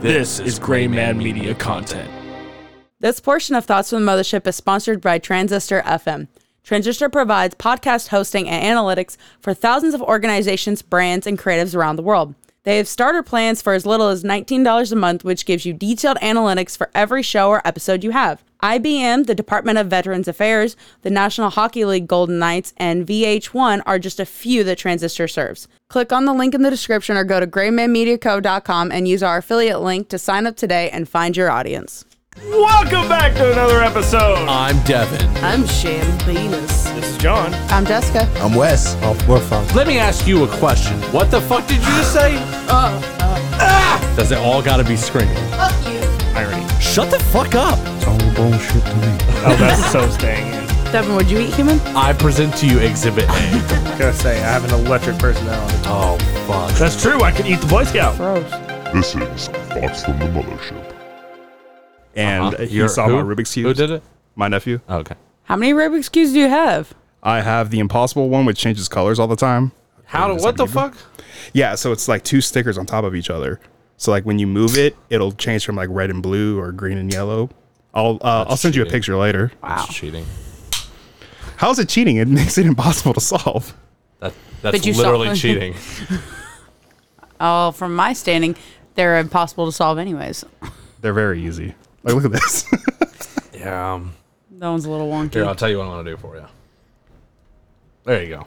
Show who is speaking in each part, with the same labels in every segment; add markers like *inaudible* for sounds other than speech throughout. Speaker 1: This is Gray Man Media content.
Speaker 2: This portion of Thoughts from the Mothership is sponsored by Transistor FM. Transistor provides podcast hosting and analytics for thousands of organizations, brands, and creatives around the world. They have starter plans for as little as $19 a month, which gives you detailed analytics for every show or episode you have. IBM, the Department of Veterans Affairs, the National Hockey League Golden Knights, and VH1 are just a few that Transistor serves. Click on the link in the description or go to graymanmediaco.com and use our affiliate link to sign up today and find your audience.
Speaker 3: Welcome back to another episode.
Speaker 1: I'm Devin.
Speaker 4: I'm Sham Venus.
Speaker 3: This is John.
Speaker 2: I'm Jessica.
Speaker 5: I'm Wes. Oh,
Speaker 1: Let me ask you a question. What the fuck did you just say? Ah! Does it all gotta be screaming?
Speaker 3: Irony.
Speaker 1: Shut the fuck up.
Speaker 3: Oh, that's so staying in.
Speaker 2: Devin, would you eat human?
Speaker 1: I present to you Exhibit A.
Speaker 3: *laughs* Gotta say, I have an electric personality.
Speaker 1: *laughs* oh, fuck.
Speaker 3: That's true. I can eat the Boy Scout.
Speaker 2: Gross.
Speaker 6: This is Thoughts from the Mothership.
Speaker 3: And
Speaker 1: Uh-huh.
Speaker 3: he
Speaker 1: You're-
Speaker 3: saw
Speaker 1: who?
Speaker 3: my Rubik's Cube.
Speaker 1: Who did it? Oh,
Speaker 3: My nephew.
Speaker 1: Okay.
Speaker 2: How many Rubik's Cubes do you have?
Speaker 3: I have the impossible one, which changes colors all the time.
Speaker 1: How do, what the fuck?
Speaker 3: Yeah, so it's like two stickers on top of each other. So like when you move it, it'll change from like red and blue or green and yellow. I'll uh, I'll send you a
Speaker 1: cheating.
Speaker 3: picture later.
Speaker 1: Wow. That's cheating.
Speaker 3: How is it cheating? It makes it impossible to solve.
Speaker 1: That, that's
Speaker 2: you saw-
Speaker 1: literally *laughs* cheating.
Speaker 2: Oh, from my standing, they're impossible to solve, anyways.
Speaker 3: They're very easy. Like look at this. *laughs*
Speaker 1: Yeah. Um,
Speaker 2: That one's a little wonky.
Speaker 1: here, I'll tell you what I'm gonna do for you. There you go.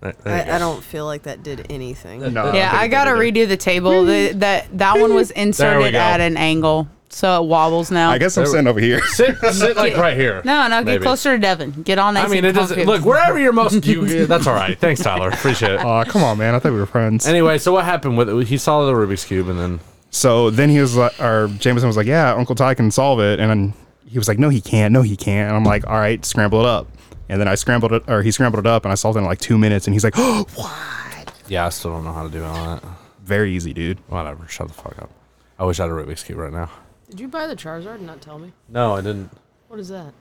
Speaker 1: There- there you go.
Speaker 4: I, I don't feel like that did anything.
Speaker 3: no,
Speaker 2: yeah, I gotta redo the table. The, that that
Speaker 1: *laughs*
Speaker 2: one was inserted
Speaker 1: go.
Speaker 2: at an angle, so it wobbles now.
Speaker 3: I guess I'm
Speaker 1: There we-
Speaker 3: sitting over here.
Speaker 1: *laughs* sit, sit like right here.
Speaker 2: No, no, get
Speaker 1: Maybe.
Speaker 2: closer to Devin. Get all nice.
Speaker 1: I mean,
Speaker 2: and
Speaker 1: it doesn't
Speaker 2: comfy.
Speaker 1: look wherever you're *laughs* most. You, that's all right. Thanks, Tyler. Appreciate
Speaker 2: *laughs*
Speaker 1: it.
Speaker 3: Aw, come on, man. I thought we were friends.
Speaker 1: Anyway, so what happened with it? He saw the Rubik's cube, and then
Speaker 3: So then he was like, or Jameson was like, yeah, Uncle Ty can solve it. And then he was like, no, he can't. No, he can't. And I'm like, all right, scramble it up. And then I scrambled it, or he scrambled it up, and I solved it in like two minutes. And he's like, *gasps* oh,
Speaker 1: yeah, I still don't know how to do all that.
Speaker 3: very easy, dude.
Speaker 1: Whatever. Shut the fuck up. I wish I had a Rubik's cube right now.
Speaker 4: Did you buy the Charizard and not tell me?
Speaker 1: No, I didn't.
Speaker 4: What is that?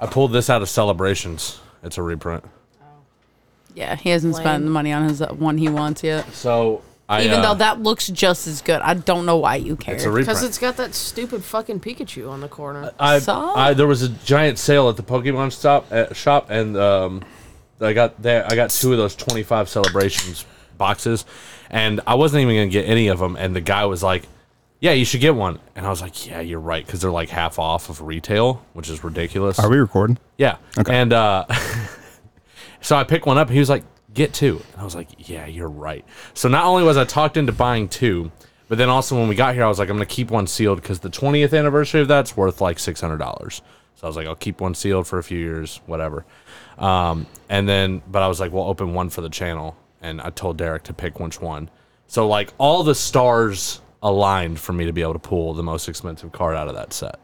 Speaker 1: I pulled this out of celebrations. It's a reprint.
Speaker 2: yeah, he hasn't spent
Speaker 4: Lame.
Speaker 2: the money on his uh, one he wants yet.
Speaker 1: So I
Speaker 2: Even
Speaker 1: uh,
Speaker 2: though that looks just as good, I don't know why you care.
Speaker 1: it's a reprint.
Speaker 4: Because it's got that stupid fucking Pikachu on the corner.
Speaker 1: I,
Speaker 2: So?
Speaker 1: I there was a giant sale at the Pokemon stop uh, shop, and um, I got there. I got two of those twenty five celebrations boxes, and I wasn't even gonna get any of them. And the guy was like, "Yeah, you should get one," and I was like, "Yeah, you're right," because they're like half off of retail, which is ridiculous.
Speaker 3: Are we recording?
Speaker 1: Yeah. And uh, *laughs* so I picked one up. He was like, get two. And I was like, yeah, you're right. So not only was I talked into buying two, but then also when we got here, I was like, I'm going to keep one sealed because the 20th anniversary of that's worth like $600. So I was like, I'll keep one sealed for a few years, whatever. Um, and then, but I was like, we'll open one for the channel. And I told Derek to pick which one. So like all the stars aligned for me to be able to pull the most expensive card out of that set.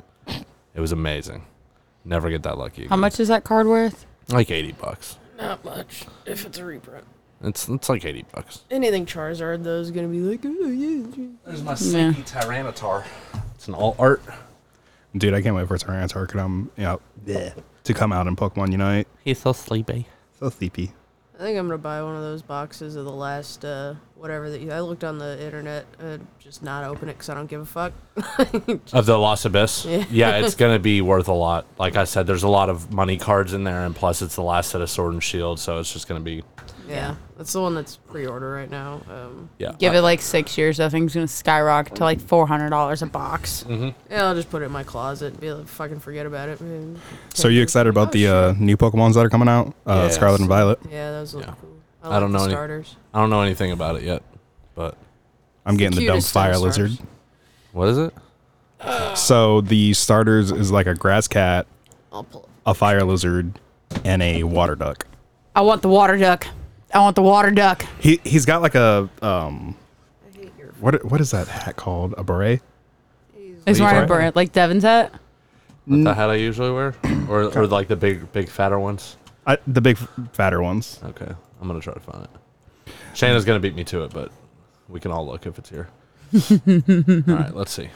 Speaker 1: It was amazing. Never get that lucky.
Speaker 2: How
Speaker 1: again.
Speaker 2: much is that card worth?
Speaker 1: Like eighty bucks.
Speaker 4: not much. If it's a reprint.
Speaker 1: It's it's like eighty bucks.
Speaker 4: Anything Charizard though is gonna be like, oh yeah.
Speaker 1: There's my
Speaker 2: sneaky
Speaker 1: Tyranitar. It's an all art.
Speaker 3: Dude, I can't wait for Tyranitar to come out, to come out in Pokemon Unite.
Speaker 1: He's so sleepy. *laughs*
Speaker 3: So sleepy.
Speaker 4: I think I'm gonna buy one of those boxes of the last uh, whatever that you. I looked on the internet, uh, just not open it because I don't give a fuck. *laughs*
Speaker 1: Of the Lost Abyss. *laughs* Yeah. it's gonna be worth a lot. Like I said, there's a lot of money cards in there, and plus it's the last set of Sword and Shield, so it's just gonna be
Speaker 4: Yeah, that's the one that's pre-order right now. Um,
Speaker 1: yeah.
Speaker 2: Give it like six years, that thing's gonna skyrocket to like four hundred dollars a box.
Speaker 4: yeah, I'll just put it in my closet. and Be like, fucking forget about it. man.
Speaker 3: So are you excited about the
Speaker 4: Oh,
Speaker 3: uh, new Pokemons that are coming out? Uh,
Speaker 1: Yes.
Speaker 3: Scarlet and Violet.
Speaker 4: Yeah, those look
Speaker 1: Yeah.
Speaker 4: cool.
Speaker 1: I
Speaker 4: like
Speaker 1: don't
Speaker 4: the
Speaker 1: know any-
Speaker 4: starters.
Speaker 1: I don't know anything about it yet, but
Speaker 3: I'm getting the dumb
Speaker 4: cutest
Speaker 3: fire
Speaker 4: dinosaurs.
Speaker 3: lizard.
Speaker 1: what is it?
Speaker 3: So the starters is like a grass cat,
Speaker 4: I'll pull. it.
Speaker 3: a fire lizard, and a water duck.
Speaker 2: I want the water duck. I want the water duck.
Speaker 3: He he's got like a um
Speaker 4: I hate your
Speaker 3: what what is that hat called? A beret?
Speaker 2: He's wearing a
Speaker 3: right.
Speaker 2: beret like Devin's hat.
Speaker 1: What the hat I usually wear, or or like the big big fatter ones.
Speaker 3: I, the big fatter ones.
Speaker 1: Okay, I'm gonna try to find it. Shayna's gonna beat me to it, but we can all look if it's
Speaker 3: *laughs*
Speaker 1: here. all right, let's see.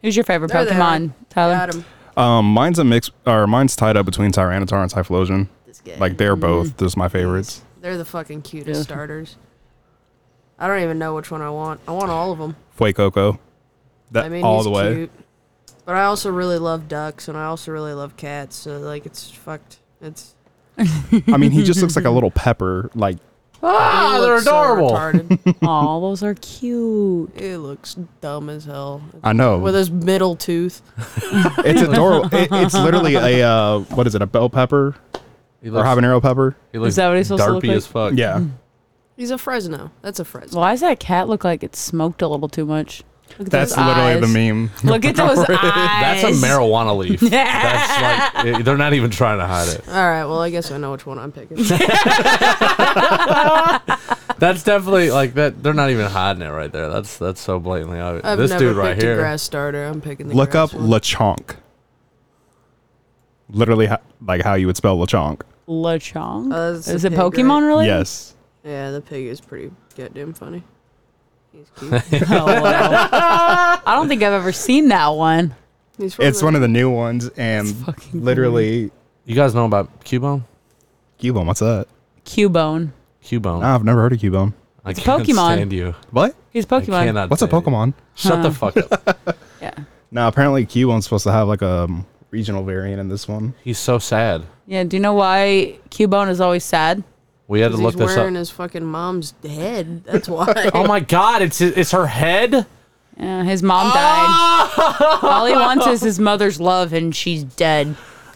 Speaker 2: Who's your favorite
Speaker 4: There they are.
Speaker 2: Pokemon, Tyler?
Speaker 4: Got 'em.
Speaker 3: Um, mine's a mix, or mine's tied up between Tyranitar and Typhlosion.
Speaker 4: This guy.
Speaker 3: Like they're both just my favorites.
Speaker 4: They're the fucking cutest starters. I don't even know which one I want. I want all of them.
Speaker 3: Fue Coco. That
Speaker 4: I mean,
Speaker 3: all
Speaker 4: he's
Speaker 3: the way.
Speaker 4: cute. But I also really love ducks, and I also really love cats. So like, it's fucked. It's
Speaker 3: I mean, he just looks
Speaker 4: *laughs*
Speaker 3: like a little pepper. Like
Speaker 7: Ah,
Speaker 4: it
Speaker 7: they're
Speaker 4: looks so
Speaker 7: adorable. *laughs*
Speaker 4: retarded.
Speaker 2: *laughs* Aw, those are cute.
Speaker 4: it looks dumb as hell
Speaker 3: I know
Speaker 4: with his middle tooth.
Speaker 3: it's
Speaker 4: *laughs*
Speaker 3: adorable. it, it's literally a uh, what is it? A bell pepper
Speaker 7: he
Speaker 3: or habanero pepper?
Speaker 7: he looks
Speaker 2: Is that what he's supposed to look
Speaker 7: derpy
Speaker 2: like?
Speaker 7: as fuck.
Speaker 3: Yeah.
Speaker 4: He's a Fresno. That's a Fresno.
Speaker 2: Why does that cat look like it smoked a little too much? Look at
Speaker 3: That's
Speaker 2: those
Speaker 3: literally the
Speaker 2: eyes.
Speaker 3: meme.
Speaker 2: Look at
Speaker 1: *laughs*
Speaker 2: *laughs* those eyes.
Speaker 7: *laughs* That's a marijuana
Speaker 2: *laughs*
Speaker 7: leaf. That's like
Speaker 1: eh,
Speaker 7: it- they're not even trying to hide it.
Speaker 4: All right. Well, I guess I know which one I'm
Speaker 7: *laughs*
Speaker 4: picking.
Speaker 7: That's definitely like that. They're not even hiding it right there. That's that's so blatantly obvious.
Speaker 4: I've
Speaker 7: this
Speaker 4: never
Speaker 7: dude right
Speaker 4: picked
Speaker 7: here.
Speaker 4: a grass starter. I'm picking the
Speaker 3: Look up
Speaker 4: grass one.
Speaker 3: lechonk. Literally, ho- like how you would spell lechonk.
Speaker 2: Lechonk.
Speaker 4: Uh, it's
Speaker 2: Is
Speaker 4: a
Speaker 2: it
Speaker 4: pig, right?
Speaker 2: Pokemon related?
Speaker 3: Yes.
Speaker 4: Yeah, the pig is pretty goddamn funny. He's
Speaker 3: *laughs*
Speaker 4: cute.
Speaker 2: *laughs* Oh, wow. I don't think I've ever seen that one.
Speaker 4: He's from
Speaker 3: It's
Speaker 4: the-
Speaker 3: one of the new ones, and
Speaker 2: fucking
Speaker 3: literally,
Speaker 7: You guys know about Cubone?
Speaker 3: Cubone. What's that?
Speaker 2: Cubone.
Speaker 7: Cubone.
Speaker 3: Nah, I've never heard of Cubone.
Speaker 7: I can't
Speaker 2: Pokemon.
Speaker 7: stand you.
Speaker 3: What?
Speaker 2: He's
Speaker 7: I
Speaker 2: Pokemon.
Speaker 7: cannot
Speaker 3: What's a
Speaker 7: stand you.
Speaker 3: Pokemon?
Speaker 7: Shut the fuck up.
Speaker 2: Yeah.
Speaker 3: No, apparently Cubone's supposed to have like a um, regional variant in this one.
Speaker 7: He's so sad.
Speaker 2: Yeah. Do you know why Cubone is always sad?
Speaker 7: We had to
Speaker 4: 'cause
Speaker 7: look
Speaker 4: he's
Speaker 7: this up.
Speaker 4: wearing his fucking mom's head.
Speaker 7: *laughs*
Speaker 4: That's why.
Speaker 7: oh my god! It's it's her head.
Speaker 2: Yeah, Uh, his mom
Speaker 4: Ah!
Speaker 2: died. All he wants is
Speaker 4: *laughs*
Speaker 2: his mother's love, and she's dead.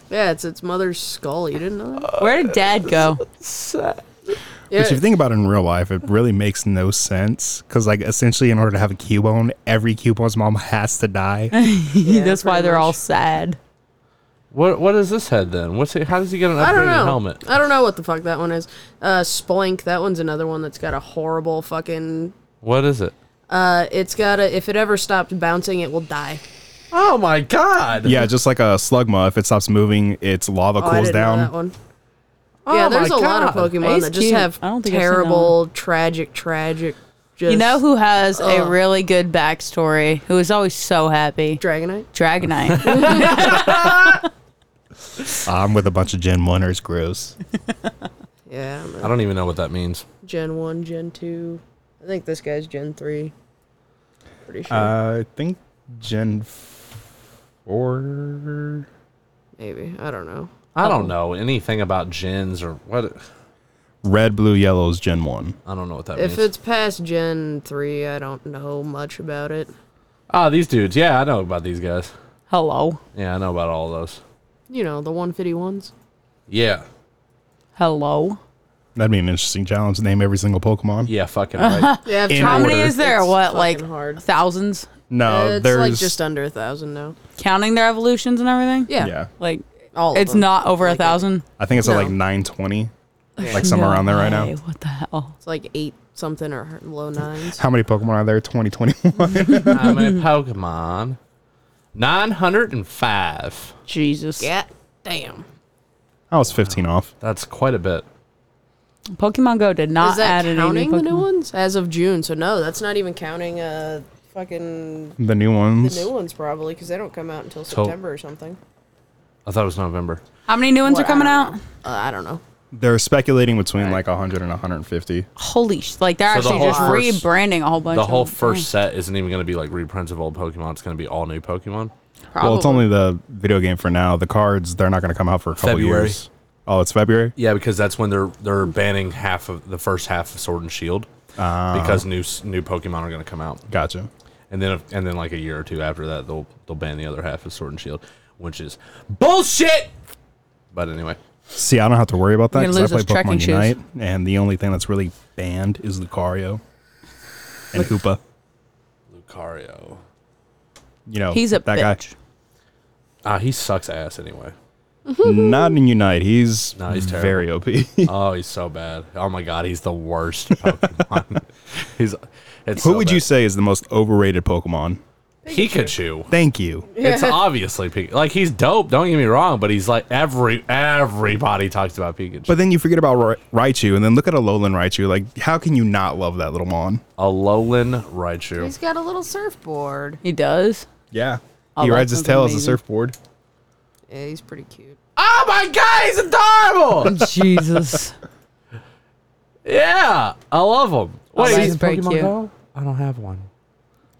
Speaker 4: yeah, it's its mother's skull. You didn't know that?
Speaker 2: Where did Dad go?
Speaker 4: Yeah,
Speaker 3: Which, if you think about it in real life, it really makes no sense. Because, like, essentially, in order to have a Cubone, every Cubone's mom has to
Speaker 4: *laughs*
Speaker 3: die.
Speaker 4: *laughs* yeah,
Speaker 2: *laughs* That's why
Speaker 4: pretty
Speaker 2: they're all
Speaker 4: much.
Speaker 2: sad.
Speaker 7: What what is this head then? What's it? How does he get an
Speaker 4: I don't
Speaker 7: upgraded
Speaker 4: know.
Speaker 7: helmet?
Speaker 4: I don't know what the fuck that one is. Uh, Splank. That one's another one that's got a horrible fucking.
Speaker 7: What is it?
Speaker 4: Uh, it's got a. If it ever stops bouncing, it will die.
Speaker 7: Oh my god!
Speaker 3: yeah, just like a Slugma, if it stops moving, its lava
Speaker 4: Oh, I
Speaker 3: cools
Speaker 4: didn't know that
Speaker 3: down.
Speaker 4: one.
Speaker 2: Oh
Speaker 4: yeah, there's a lot of Pokemon
Speaker 2: He's
Speaker 4: that just
Speaker 2: cute.
Speaker 4: have
Speaker 2: I don't think I've seen that
Speaker 4: terrible, tragic, tragic. Just
Speaker 2: You know who has a really good backstory? Who is always so happy?
Speaker 4: Dragonite. *laughs*
Speaker 2: Dragonite.
Speaker 3: I'm with a bunch of Gen 1ers. Gross.
Speaker 4: Yeah, I'm a
Speaker 7: I don't even know what that means.
Speaker 4: Gen one, Gen two. I think this guy's Gen three. Pretty sure.
Speaker 2: Uh,
Speaker 3: I think Gen 4.
Speaker 4: Maybe I don't know.
Speaker 7: I don't know anything about gens or what.
Speaker 3: Red, blue, yellow is Gen 1.
Speaker 7: I don't know what that
Speaker 4: If
Speaker 7: means.
Speaker 4: it's past Gen three, I don't know much about it.
Speaker 7: Ah, these dudes. Yeah, I know about these guys.
Speaker 2: Hello.
Speaker 7: Yeah, I know about all those.
Speaker 4: You know the one fifty ones.
Speaker 7: Yeah.
Speaker 2: Hello.
Speaker 3: That'd be an interesting challenge. Name every single Pokemon.
Speaker 7: Yeah,
Speaker 2: *laughs*
Speaker 7: fucking right.
Speaker 4: Yeah, I've
Speaker 3: In
Speaker 4: tried-
Speaker 2: How many
Speaker 3: order.
Speaker 2: is there?
Speaker 4: It's
Speaker 2: what,
Speaker 4: fucking
Speaker 2: like
Speaker 4: hard.
Speaker 2: thousands?
Speaker 3: No,
Speaker 4: Uh, it's
Speaker 3: there's
Speaker 4: like just under a thousand now.
Speaker 2: Counting their evolutions and everything?
Speaker 4: Yeah,
Speaker 3: yeah.
Speaker 2: Like,
Speaker 4: all. of
Speaker 2: it's
Speaker 4: them.
Speaker 2: not over a
Speaker 4: Like it.
Speaker 2: thousand?
Speaker 3: I think it's at like
Speaker 4: No.
Speaker 3: 920, like somewhere around there right now.
Speaker 2: What the hell?
Speaker 4: It's like eight something or low nines.
Speaker 3: How many Pokemon are there? 2021.
Speaker 7: How many Pokemon? Nine hundred and five.
Speaker 2: Jesus.
Speaker 4: yeah, damn.
Speaker 3: *laughs* I was 15 off.
Speaker 7: That's quite a bit.
Speaker 2: Pokemon Go did not
Speaker 4: Is that
Speaker 2: add any
Speaker 4: counting
Speaker 2: new
Speaker 4: the new
Speaker 2: Pokemon.
Speaker 4: ones as of June? So no, that's not even counting uh fucking
Speaker 3: The new
Speaker 4: the
Speaker 3: ones.
Speaker 4: new ones probably because they don't come out until
Speaker 7: So-
Speaker 4: September or something.
Speaker 7: I thought it was November.
Speaker 2: How many new ones
Speaker 4: What?
Speaker 2: are coming
Speaker 4: I don't
Speaker 2: out?
Speaker 4: know. Uh, I don't know.
Speaker 3: They're speculating between like 100 and 150.
Speaker 2: Holy sh! Like they're
Speaker 7: So the
Speaker 2: actually
Speaker 7: whole
Speaker 2: just
Speaker 7: first-
Speaker 2: rebranding a whole bunch.
Speaker 7: The whole
Speaker 2: of
Speaker 7: first set isn't even going to be like reprints of old Pokemon. It's going to be all new
Speaker 2: Mm,
Speaker 7: Pokemon.
Speaker 2: Probably.
Speaker 3: Well, it's only the video game for now. The cards, they're not going to come out for a couple
Speaker 7: February.
Speaker 3: years. Oh, it's February?
Speaker 7: Yeah, because that's when they're they're banning half of the first half of Sword and Shield because new s- new Pokemon are going to come out,
Speaker 3: Gotcha.
Speaker 7: and then if- and then like a year or two after that they'll they'll ban the other half of Sword and Shield, which is bullshit. But anyway,
Speaker 3: See, I don't have to worry about that
Speaker 2: You're gonna
Speaker 3: because I
Speaker 2: lose
Speaker 3: play
Speaker 2: those trekking
Speaker 3: Pokemon
Speaker 2: shoes.
Speaker 3: Unite, and the only thing that's really banned is Lucario and Hoopa.
Speaker 7: Lucario,
Speaker 3: You know,
Speaker 2: He's a
Speaker 3: that
Speaker 2: bitch.
Speaker 7: ah, he sucks ass anyway.
Speaker 3: guy. Not in Unite. He's,
Speaker 7: No, he's terrible.
Speaker 3: very OP.
Speaker 7: Oh, he's so bad. Oh my god, he's the worst *laughs* Pokemon. he's it's
Speaker 3: Who
Speaker 7: so
Speaker 3: would
Speaker 7: bad.
Speaker 3: you say is the most overrated Pokemon?
Speaker 7: Pikachu.
Speaker 3: Thank you.
Speaker 7: It's obviously Pikachu. Like he's dope. Don't get me wrong, but he's like every everybody talks about Pikachu.
Speaker 3: But then you forget about Ra- Raichu, and then look at a Alolan Raichu. Like, how can you not love that little mon?
Speaker 7: A Alolan Raichu.
Speaker 4: He's got a little surfboard.
Speaker 2: he does.
Speaker 3: Yeah.
Speaker 2: Oh,
Speaker 3: he
Speaker 2: that
Speaker 3: rides his
Speaker 2: sounds
Speaker 3: tail as a
Speaker 2: amazing.
Speaker 3: surfboard.
Speaker 4: Yeah, he's pretty cute.
Speaker 1: *laughs*
Speaker 7: Oh my god, he's adorable.
Speaker 2: Jesus.
Speaker 7: Yeah, I love them. Wait,
Speaker 1: that's
Speaker 7: is
Speaker 1: pretty
Speaker 7: Pokemon
Speaker 1: cute.
Speaker 7: Go? I don't have one.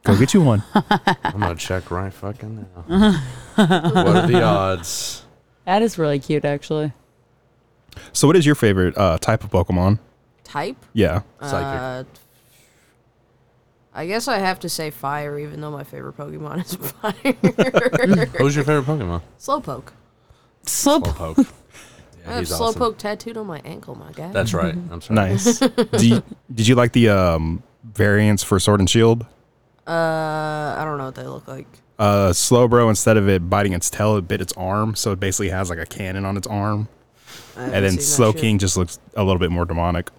Speaker 3: Go get you one.
Speaker 7: I'm gonna check right fucking now. what are the odds?
Speaker 2: That is really cute, actually.
Speaker 3: so, what is your favorite uh, type of Pokemon?
Speaker 4: Type?
Speaker 3: Yeah.
Speaker 7: Psychic.
Speaker 4: Uh, I guess I have to say fire, even though my favorite Pokemon *laughs* is
Speaker 7: *laughs*
Speaker 4: fire.
Speaker 7: Who's your favorite Pokemon?
Speaker 4: Slowpoke.
Speaker 2: Slope.
Speaker 7: Slowpoke.
Speaker 4: I
Speaker 7: Yeah,
Speaker 4: have
Speaker 7: he's awesome.
Speaker 4: Slowpoke tattooed on my ankle, my guy.
Speaker 7: That's right. I'm sorry.
Speaker 3: Nice. Do you, did you like the um, variants for Sword and Shield?
Speaker 4: uh, I don't know what they look like.
Speaker 3: Uh, Slowbro, instead of it biting its tail, it bit its arm, so it basically has like a cannon on its arm.
Speaker 4: I haven't
Speaker 3: And then
Speaker 4: seen that
Speaker 3: Slow
Speaker 4: shit.
Speaker 3: King just looks a little bit more demonic.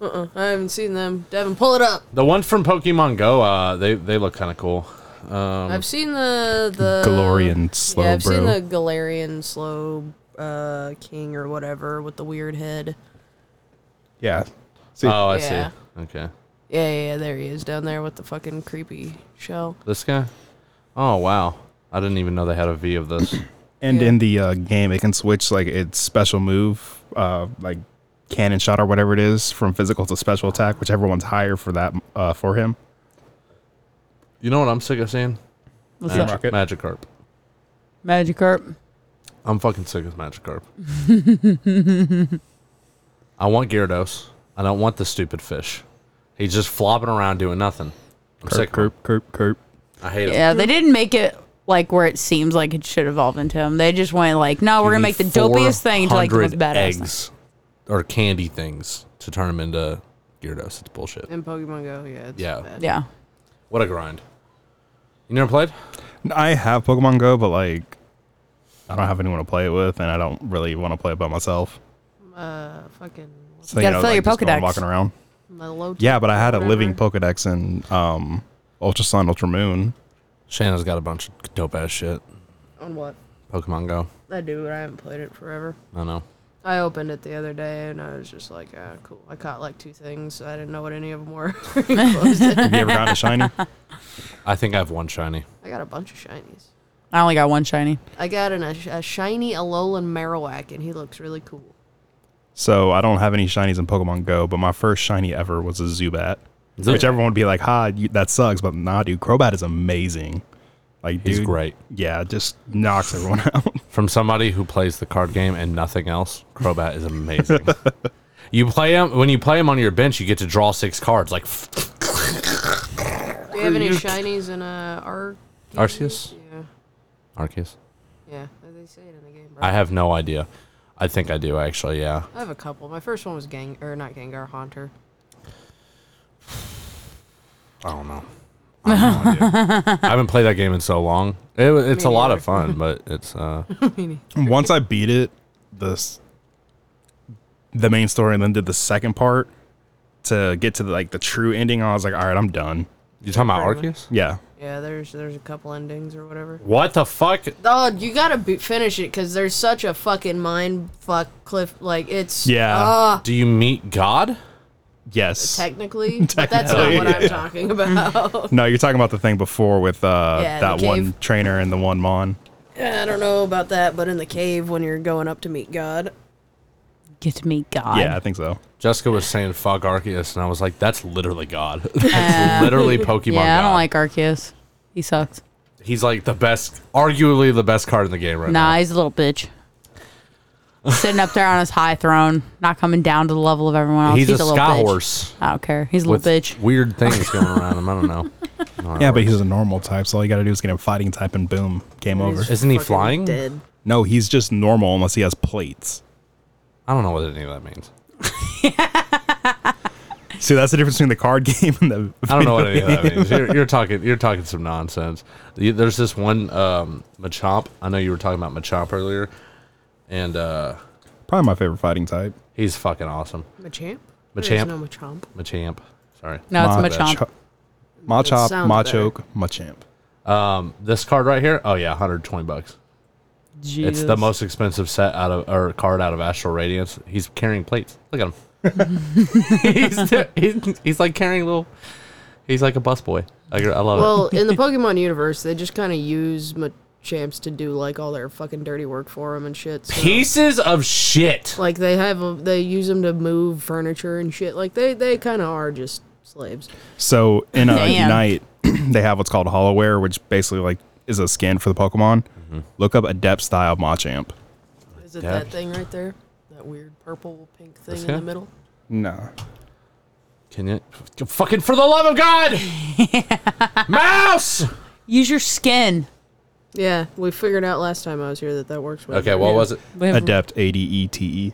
Speaker 4: Uh-uh, I haven't seen them. Devin, pull it up.
Speaker 7: The ones from Pokemon Go, uh, they they look kind of cool. Um,
Speaker 4: I've seen the the
Speaker 3: Galorian Slowbro.
Speaker 4: Yeah, I've seen the Galarian Slow uh, King or whatever with the weird head.
Speaker 3: yeah. See,
Speaker 7: oh, I
Speaker 4: Yeah.
Speaker 7: see. Okay,
Speaker 4: Yeah, yeah, yeah, there he is down there with the fucking creepy shell.
Speaker 7: this guy. Oh wow, I didn't even know they had a V of this.
Speaker 3: and
Speaker 4: yeah.
Speaker 3: in the uh, game, it can switch like its special move, uh, like cannon shot or whatever it is, from physical to special attack, whichever one's higher for that uh, for him.
Speaker 7: *clears throat* You know what I'm sick of seeing?
Speaker 2: What's
Speaker 3: Yeah.
Speaker 2: up?
Speaker 3: Rocket.
Speaker 7: Magikarp.
Speaker 2: Magikarp.
Speaker 7: I'm fucking sick of Magikarp. *laughs* I want Gyarados. I don't want the stupid fish. He's just flopping around doing nothing. I'm sick.
Speaker 3: Kerp,
Speaker 7: of him.
Speaker 3: kerp, kerp, kerp.
Speaker 7: I hate him.
Speaker 2: Yeah, they didn't make it like where it seems like it should evolve into him. They just went like, no, we're
Speaker 7: You
Speaker 2: gonna make
Speaker 7: need
Speaker 2: the dopiest thing into like the most
Speaker 7: 400
Speaker 2: badass thing.
Speaker 7: eggs or candy things to turn him into Gyarados. It's bullshit.
Speaker 4: In Pokemon Go, yeah. It's
Speaker 7: Yeah.
Speaker 4: bad.
Speaker 2: Yeah.
Speaker 7: What a grind. You never played?
Speaker 3: I have Pokemon Go, but like, I don't have anyone to play it with, and I don't really want to play it by myself.
Speaker 4: Uh, fucking
Speaker 3: So
Speaker 2: You gotta fill your
Speaker 3: just going
Speaker 2: Pokedex.
Speaker 3: Walking around.
Speaker 4: my low.
Speaker 3: Yeah, but I had a
Speaker 4: Whatever.
Speaker 3: living Pokedex in um, Ultra Sun, Ultra Moon.
Speaker 7: Shanna's got a bunch of dope ass shit.
Speaker 4: on what?
Speaker 7: Pokemon Go.
Speaker 4: I do, but I haven't played it forever.
Speaker 7: I know.
Speaker 4: I opened it the other day and I was just like, ah, cool. I caught like two things. I didn't know what any of them were. *laughs* Closed it.
Speaker 3: Have you ever gotten a shiny?
Speaker 2: *laughs*
Speaker 7: I think I have one shiny.
Speaker 4: I got a bunch of shinies.
Speaker 2: I only got one shiny.
Speaker 4: I got an, a, sh- a shiny Alolan Marowak and he looks really cool.
Speaker 3: So I don't have any shinies in Pokemon Go, but my first shiny ever was a Zubat,
Speaker 7: Zubat.
Speaker 3: which everyone would be like, "Ha, you, that sucks," but nah, dude, Crobat is amazing. Like, dude,
Speaker 7: He's great.
Speaker 3: Yeah, just knocks everyone *laughs* out.
Speaker 7: From somebody who plays the card game and nothing else, Crobat is amazing. you play him when you play him on your bench, you get to draw six cards. Like *sniffs*
Speaker 4: Do you have any shinies in uh, Ar-
Speaker 7: Arceus?
Speaker 4: Yeah.
Speaker 7: Arceus.
Speaker 4: Yeah. They say it in the game, right?
Speaker 7: I have no idea. I think I do actually. Yeah.
Speaker 4: I have a couple. My first one was Gang or not Gengar Haunter.
Speaker 7: I don't know. I,
Speaker 2: *laughs*
Speaker 7: have no idea. I haven't played that game in so long. It, wa- it's a lot of fun, but it's uh,
Speaker 3: Once I beat it, this the main story, and then did the second part to get to the, like the true ending. I was like, "All right, I'm done."
Speaker 7: you talking about
Speaker 4: Pretty much.
Speaker 7: Arceus?
Speaker 3: Yeah,
Speaker 4: Yeah, there's there's a couple endings or whatever.
Speaker 7: What the fuck?
Speaker 4: Oh, you gotta be- finish it because there's such a fucking mind fuck cliff. Like it's
Speaker 3: Yeah.
Speaker 4: Ah,
Speaker 7: Do you meet God?
Speaker 3: yes.
Speaker 4: technically, but that's not what I'm talking about.
Speaker 3: no, you're talking about the thing before with uh,
Speaker 4: Yeah,
Speaker 3: that
Speaker 4: the
Speaker 3: one
Speaker 4: cave.
Speaker 3: trainer and the one mon.
Speaker 4: I don't know about that, but in the cave when you're going up to meet God,
Speaker 2: Get to meet God.
Speaker 3: Yeah, I think so.
Speaker 7: Jessica was saying fuck Arceus, and I was like, that's literally God. *laughs* That's literally Pokemon.
Speaker 2: Yeah, I
Speaker 7: God.
Speaker 2: don't like Arceus. He sucks.
Speaker 7: He's like the best, arguably the best card in the game right
Speaker 2: Nah,
Speaker 7: now.
Speaker 2: he's a little bitch. Sitting up there on his high throne, not coming down to the level of everyone else.
Speaker 7: He's,
Speaker 2: He's,
Speaker 7: a,
Speaker 2: little
Speaker 7: sky
Speaker 2: bitch.
Speaker 7: horse
Speaker 2: I don't care. He's a
Speaker 7: with
Speaker 2: little bitch.
Speaker 7: weird things going around him. I don't
Speaker 2: *laughs*
Speaker 7: know.
Speaker 3: Yeah, but he's a normal type, so all you got to do is get him fighting type and boom, game over.
Speaker 7: Isn't he
Speaker 4: fucking
Speaker 7: flying?
Speaker 4: Dead.
Speaker 3: No, he's just normal unless he has plates.
Speaker 7: I don't know what any of that means.
Speaker 3: See, that's the difference between the card *laughs* game and the.
Speaker 7: I don't know what any of that means. You're, you're talking, you're talking some nonsense. You- There's this one um, Machomp. I know you were talking about Machomp earlier, and uh,
Speaker 3: Probably my favorite fighting type.
Speaker 7: he's fucking awesome.
Speaker 4: Machamp.
Speaker 7: Machamp.
Speaker 4: There's no Machamp.
Speaker 7: Machamp. Sorry.
Speaker 2: No, it's
Speaker 3: Ma-
Speaker 2: Machamp.
Speaker 3: Cho- Machop,
Speaker 4: sounds
Speaker 3: Machoke, Machamp.
Speaker 7: Um, this card right here. Oh yeah, 120 bucks. It's the
Speaker 2: Jesus.
Speaker 7: most expensive set out of or card out of Astral Radiance. He's carrying plates. Look at him. *laughs* he's, he's he's like carrying little. He's like a busboy. I, I love *laughs*
Speaker 4: Well, in the Pokemon universe, they just kind of use Ma- champs to do like all their fucking dirty work for them and shit. So.
Speaker 7: Pieces of shit.
Speaker 4: Like they have, a, they use them to move furniture and shit. Like they, they kind of are just slaves.
Speaker 3: So in
Speaker 2: *laughs*
Speaker 3: uh,
Speaker 2: Damn.
Speaker 3: Unite, *clears throat* they have what's called Hollowware, which basically like is a skin for the Pokemon. Look up Adept style Machamp.
Speaker 4: Is it
Speaker 7: Yeah.
Speaker 4: that thing right there? That weird purple pink thing
Speaker 7: This
Speaker 4: in the
Speaker 7: here?
Speaker 4: middle?
Speaker 3: No.
Speaker 7: Can you f- fucking for the love of
Speaker 2: *laughs*
Speaker 7: God, *laughs* mouse?
Speaker 2: Use your skin.
Speaker 4: Yeah, we figured out last time I was here that that works. with
Speaker 7: Okay, what was it?
Speaker 2: We have-
Speaker 3: Adept A D E T E,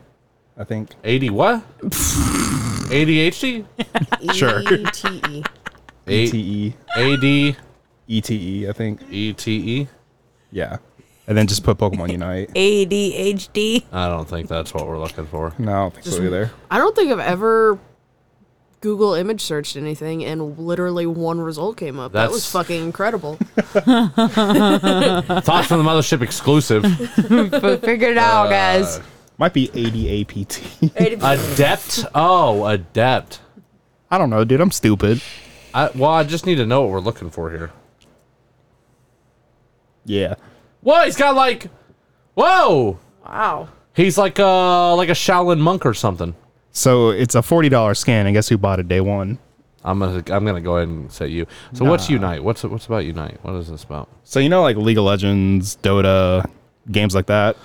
Speaker 3: I think.
Speaker 2: *laughs*
Speaker 7: Eighty what? ADHD.
Speaker 3: Sure.
Speaker 4: E-T-E.
Speaker 3: E
Speaker 7: A
Speaker 3: T E.
Speaker 7: D
Speaker 3: E T E, I think.
Speaker 7: E T E.
Speaker 3: Yeah. And then just put
Speaker 2: *laughs*
Speaker 3: Pokemon Unite.
Speaker 2: ADHD.
Speaker 7: I don't think that's what we're looking for.
Speaker 3: No, I don't think so either.
Speaker 4: I don't think I've ever Google image searched anything and literally one result came up. That was
Speaker 7: That's-
Speaker 4: fucking
Speaker 7: *laughs*
Speaker 4: incredible.
Speaker 7: *laughs* Thoughts from the mothership exclusive.
Speaker 2: But *laughs* figure it out, guys.
Speaker 3: Might be A D A P T. *laughs*
Speaker 7: adept. Oh, adept.
Speaker 3: I don't know, dude. I'm stupid.
Speaker 7: I, well, I just need to know what we're looking for here.
Speaker 3: Yeah.
Speaker 7: Whoa, he's got like, whoa,
Speaker 4: wow.
Speaker 7: he's like a like a Shaolin monk or something.
Speaker 3: So it's a forty dollar skin, and guess who bought it day one?
Speaker 7: I'm gonna I'm gonna go ahead and say you. So what's Unite? What's what's about Unite? What is this about?
Speaker 3: So you know, like League of Legends, Dota, games like that.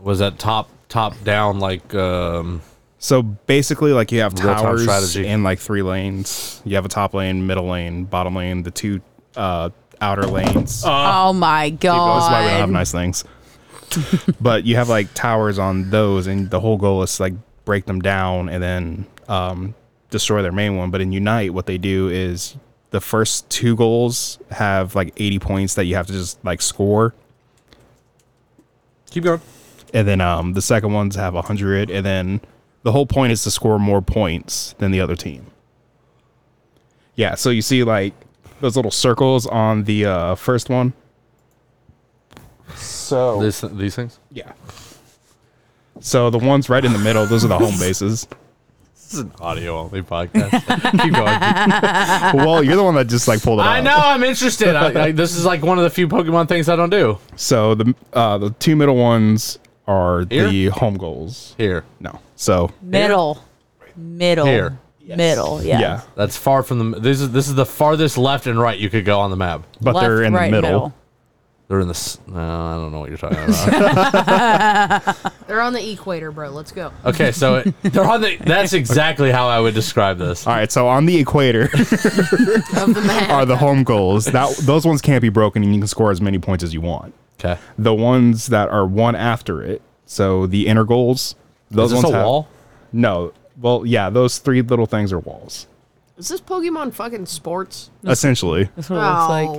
Speaker 7: Was that top top down like um
Speaker 3: So basically, like you have
Speaker 7: Real-time
Speaker 3: towers
Speaker 7: strategy.
Speaker 3: in like three lanes. You have a top lane, middle lane, bottom lane, the two uh, outer lanes.
Speaker 2: oh my
Speaker 3: That's why we don't
Speaker 2: god.
Speaker 3: have nice things. *laughs* but you have like towers on those, and the whole goal is to, like break them down and then um, destroy their main one. But in Unite, what they do is the first two goals have like 80 points that you have to just like score,
Speaker 7: Keep going.
Speaker 3: and then um, the second ones have 100, and then the whole point is to score more points than the other team. Yeah, so you see like those little circles on the uh, first one. So
Speaker 7: This, these things?
Speaker 3: Yeah. So the ones right in the middle, those are the home bases. *laughs*
Speaker 7: This is an audio only podcast. *laughs* Keep going.
Speaker 3: well, you're the one that just like pulled it
Speaker 7: I
Speaker 3: off.
Speaker 7: know, I'm interested. I, I, this is like one of the few Pokemon things I don't do.
Speaker 3: So the uh, the two middle ones are the
Speaker 7: Here?
Speaker 3: home goals.
Speaker 7: Here.
Speaker 3: No. So
Speaker 2: Middle. Middle.
Speaker 7: Here.
Speaker 2: Middle. Yeah.
Speaker 3: yeah,
Speaker 7: That's far from the this is this is the farthest left and right you could go on the map.
Speaker 3: but
Speaker 2: Left,
Speaker 3: they're in
Speaker 2: right,
Speaker 3: the middle.
Speaker 7: They're in the s- no, I don't know what you're talking
Speaker 3: *laughs*
Speaker 7: about.
Speaker 4: They're on the equator, bro. Let's go.
Speaker 7: okay, so it, they're on the that's exactly how I would describe this.
Speaker 3: All right, so on the *laughs* equator *laughs* are the home goals. That those ones can't be broken, and you can score as many points as you want.
Speaker 7: Okay.
Speaker 3: The ones that are one after it, so the inner goals,
Speaker 7: Is
Speaker 3: those
Speaker 7: this a
Speaker 3: ones have-
Speaker 7: wall?
Speaker 3: No, well, yeah, those three little things are walls,
Speaker 4: Is this Pokemon fucking sports? Oh,
Speaker 3: essentially.
Speaker 2: That's what it looks like.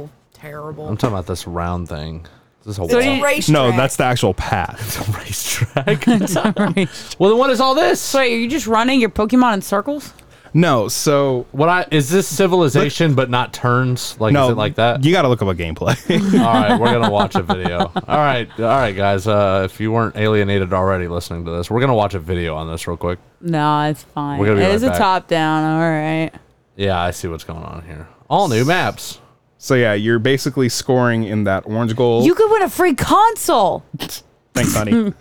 Speaker 7: I'm
Speaker 4: terrible.
Speaker 7: talking about this round thing. Is this a
Speaker 2: So
Speaker 7: wall? *laughs*
Speaker 2: you-
Speaker 3: No, that's the actual path. *laughs*
Speaker 7: racetrack. well, then what is all this?
Speaker 2: Wait, are you just running your Pokemon in circles?
Speaker 3: No, so
Speaker 7: What I is this civilization but not turns? Like
Speaker 3: no,
Speaker 7: is it like that?
Speaker 3: You got to look up a gameplay. *laughs*
Speaker 7: all right, we're gonna watch a video. All right, all right, guys. Uh, if you weren't alienated already listening to this, we're gonna watch a video on this real quick.
Speaker 2: No, it's fine.
Speaker 7: We're gonna be
Speaker 2: It
Speaker 7: right
Speaker 2: is
Speaker 7: back.
Speaker 2: a top down. All right.
Speaker 7: Yeah, I see what's going on here. All new maps.
Speaker 3: so yeah, you're basically scoring in that orange goal.
Speaker 2: You could win a free console.
Speaker 3: Thanks, honey.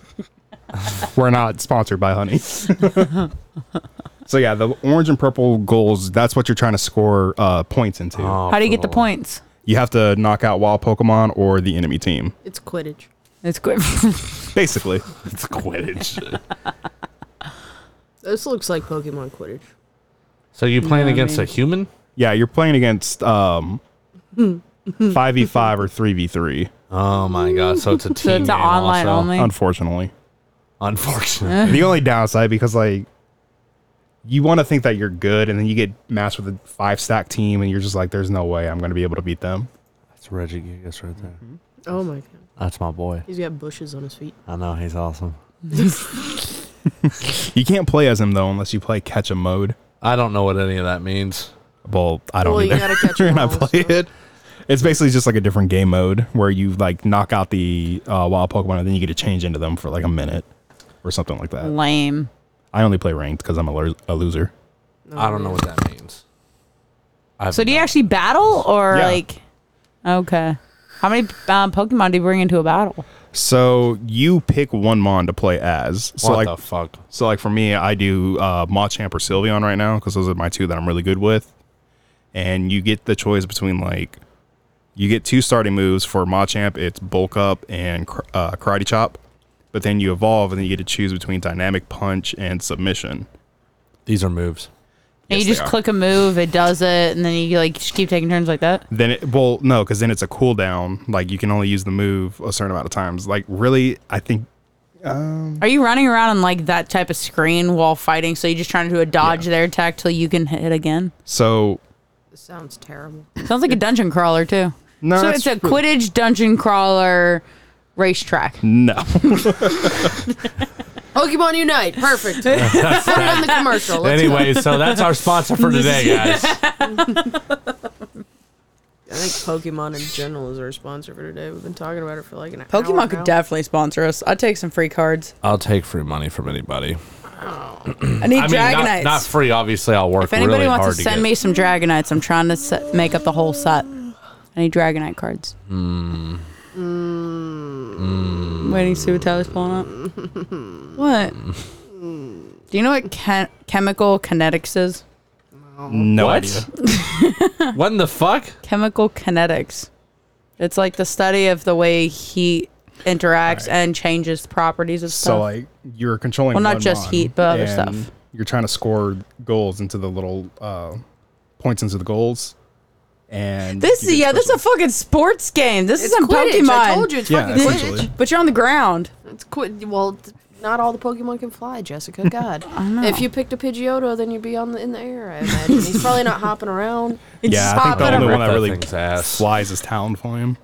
Speaker 3: We're not sponsored by honey. *laughs* so yeah, the orange and purple goals. That's what you're trying to score uh, points into.
Speaker 7: Oh.
Speaker 2: How do you get the points?
Speaker 3: You have to knock out wild Pokemon or the enemy team,
Speaker 4: It's Quidditch.
Speaker 2: It's good. *laughs*
Speaker 3: basically.
Speaker 7: It's Quidditch.
Speaker 4: This looks like Pokemon Quidditch.
Speaker 7: so you playing against
Speaker 2: mean-
Speaker 7: a human?
Speaker 3: Yeah, you're playing against um, five v five or three v three.
Speaker 7: Oh my god! So
Speaker 2: *laughs*
Speaker 7: it's a team.
Speaker 2: so it's an
Speaker 7: game
Speaker 2: online
Speaker 7: also.
Speaker 2: only.
Speaker 3: Um,
Speaker 4: *laughs*
Speaker 3: Unfortunately.
Speaker 7: Unfortunately.
Speaker 3: the only downside because like you want to think that you're good and then you get matched with a five stack team and you're just like there's no way i'm going to be able to beat them
Speaker 7: That's Reggie Gigas right there.
Speaker 2: Mm-hmm.
Speaker 4: Oh my god.
Speaker 7: That's my boy.
Speaker 4: He's got bushes on his feet.
Speaker 7: I know he's awesome.
Speaker 3: you can't play as him though unless you play catch a mode
Speaker 7: I don't know what any of that means.
Speaker 3: well i don't
Speaker 4: Well, you
Speaker 3: either
Speaker 4: gotta
Speaker 3: *laughs*
Speaker 4: catch 'em
Speaker 3: and i
Speaker 4: all,
Speaker 3: play it it's basically just like a different game mode where you like knock out the uh, wild pokemon and then you get to change into them for like a minute or something like
Speaker 4: Mm.
Speaker 3: that
Speaker 2: Lame.
Speaker 3: i only play ranked because i'm a, lo- a loser
Speaker 7: I don't know what
Speaker 2: *laughs*
Speaker 7: that means. I have
Speaker 2: So do you
Speaker 7: no-
Speaker 2: actually battle or
Speaker 3: Yeah.
Speaker 2: like? Okay. How many um, Pokemon do you bring into a battle?
Speaker 3: So you pick one mon to play as. So
Speaker 7: what
Speaker 3: like
Speaker 7: the fuck?
Speaker 3: so like for me, I do uh, Machamp or Sylveon right now because those are my two that I'm really good with. And you get the choice between like you get two starting moves for Machamp. It's Bulk Up and Kar- uh, Karate Chop. But then you evolve and then you get to choose between Dynamic Punch and Submission.
Speaker 7: These are moves.
Speaker 2: And
Speaker 3: Yes,
Speaker 2: you just
Speaker 3: they are.
Speaker 2: click a move, it does it, and then you like just keep taking turns like that.
Speaker 3: Then it well no because then it's a cooldown. Like you can only use the move a certain amount of times. Like really, I think
Speaker 2: Are you running around on like that type of screen while fighting? So you're just trying to do a dodge their attack till you can hit again.
Speaker 3: so.
Speaker 4: This sounds terrible.
Speaker 2: Sounds like a dungeon crawler too.
Speaker 3: No,
Speaker 2: so it's
Speaker 3: that's
Speaker 2: a
Speaker 3: true.
Speaker 2: Quidditch dungeon crawler racetrack.
Speaker 3: No.
Speaker 4: Pokemon Unite,
Speaker 7: *laughs*
Speaker 4: perfect. Put it on the commercial. Let's go.
Speaker 7: Anyway, so that's our
Speaker 2: *laughs*
Speaker 7: sponsor for today, guys.
Speaker 4: I think Pokemon in general is our sponsor for today. We've been talking about it for like an hour.
Speaker 1: Pokemon could
Speaker 4: now.
Speaker 1: definitely sponsor us. I'd take some free cards.
Speaker 7: I'll take free money from anybody.
Speaker 1: I need
Speaker 7: I mean,
Speaker 1: Dragonites.
Speaker 7: not, not free. Obviously, I'll work
Speaker 2: If anybody
Speaker 7: really hard
Speaker 2: wants to
Speaker 7: to
Speaker 2: send
Speaker 7: get.
Speaker 2: me some Dragonites, I'm trying to set, make up the whole set. I need Dragonite cards.
Speaker 3: Hmm.
Speaker 2: Waiting to see what Tyler's pulling up. What? Do you know what chem- chemical kinetics is?
Speaker 3: No
Speaker 7: what?
Speaker 3: idea.
Speaker 7: *laughs*
Speaker 2: *laughs*
Speaker 7: what in the fuck?
Speaker 2: Chemical kinetics. It's like the study of the way heat interacts and changes properties of stuff.
Speaker 3: So like you're controlling.
Speaker 2: Well, not
Speaker 3: one
Speaker 2: just
Speaker 3: mon,
Speaker 2: heat, but other
Speaker 3: and
Speaker 2: stuff.
Speaker 3: You're trying to score goals into the little uh, points into the goals, and
Speaker 2: this
Speaker 3: you
Speaker 2: is
Speaker 3: get
Speaker 2: yeah, this is a
Speaker 3: special-
Speaker 2: fucking sports game. This
Speaker 4: It's
Speaker 2: isn't
Speaker 4: Quidditch.
Speaker 2: Pokemon.
Speaker 4: I told you it's
Speaker 3: yeah,
Speaker 4: fucking Quidditch.
Speaker 3: essentially.
Speaker 2: But you're on the ground.
Speaker 4: It's quit. Well, th- not all the Pokemon can fly, *laughs* Jessica. God, if you picked a Pidgeotto, then you'd be on the, in the air. I imagine he's probably not hopping *laughs* around.
Speaker 3: Yeah, I think
Speaker 2: popping
Speaker 3: the only
Speaker 7: Rip
Speaker 3: one that
Speaker 7: that
Speaker 3: really
Speaker 7: thing's ass.
Speaker 3: flies is Talonflame,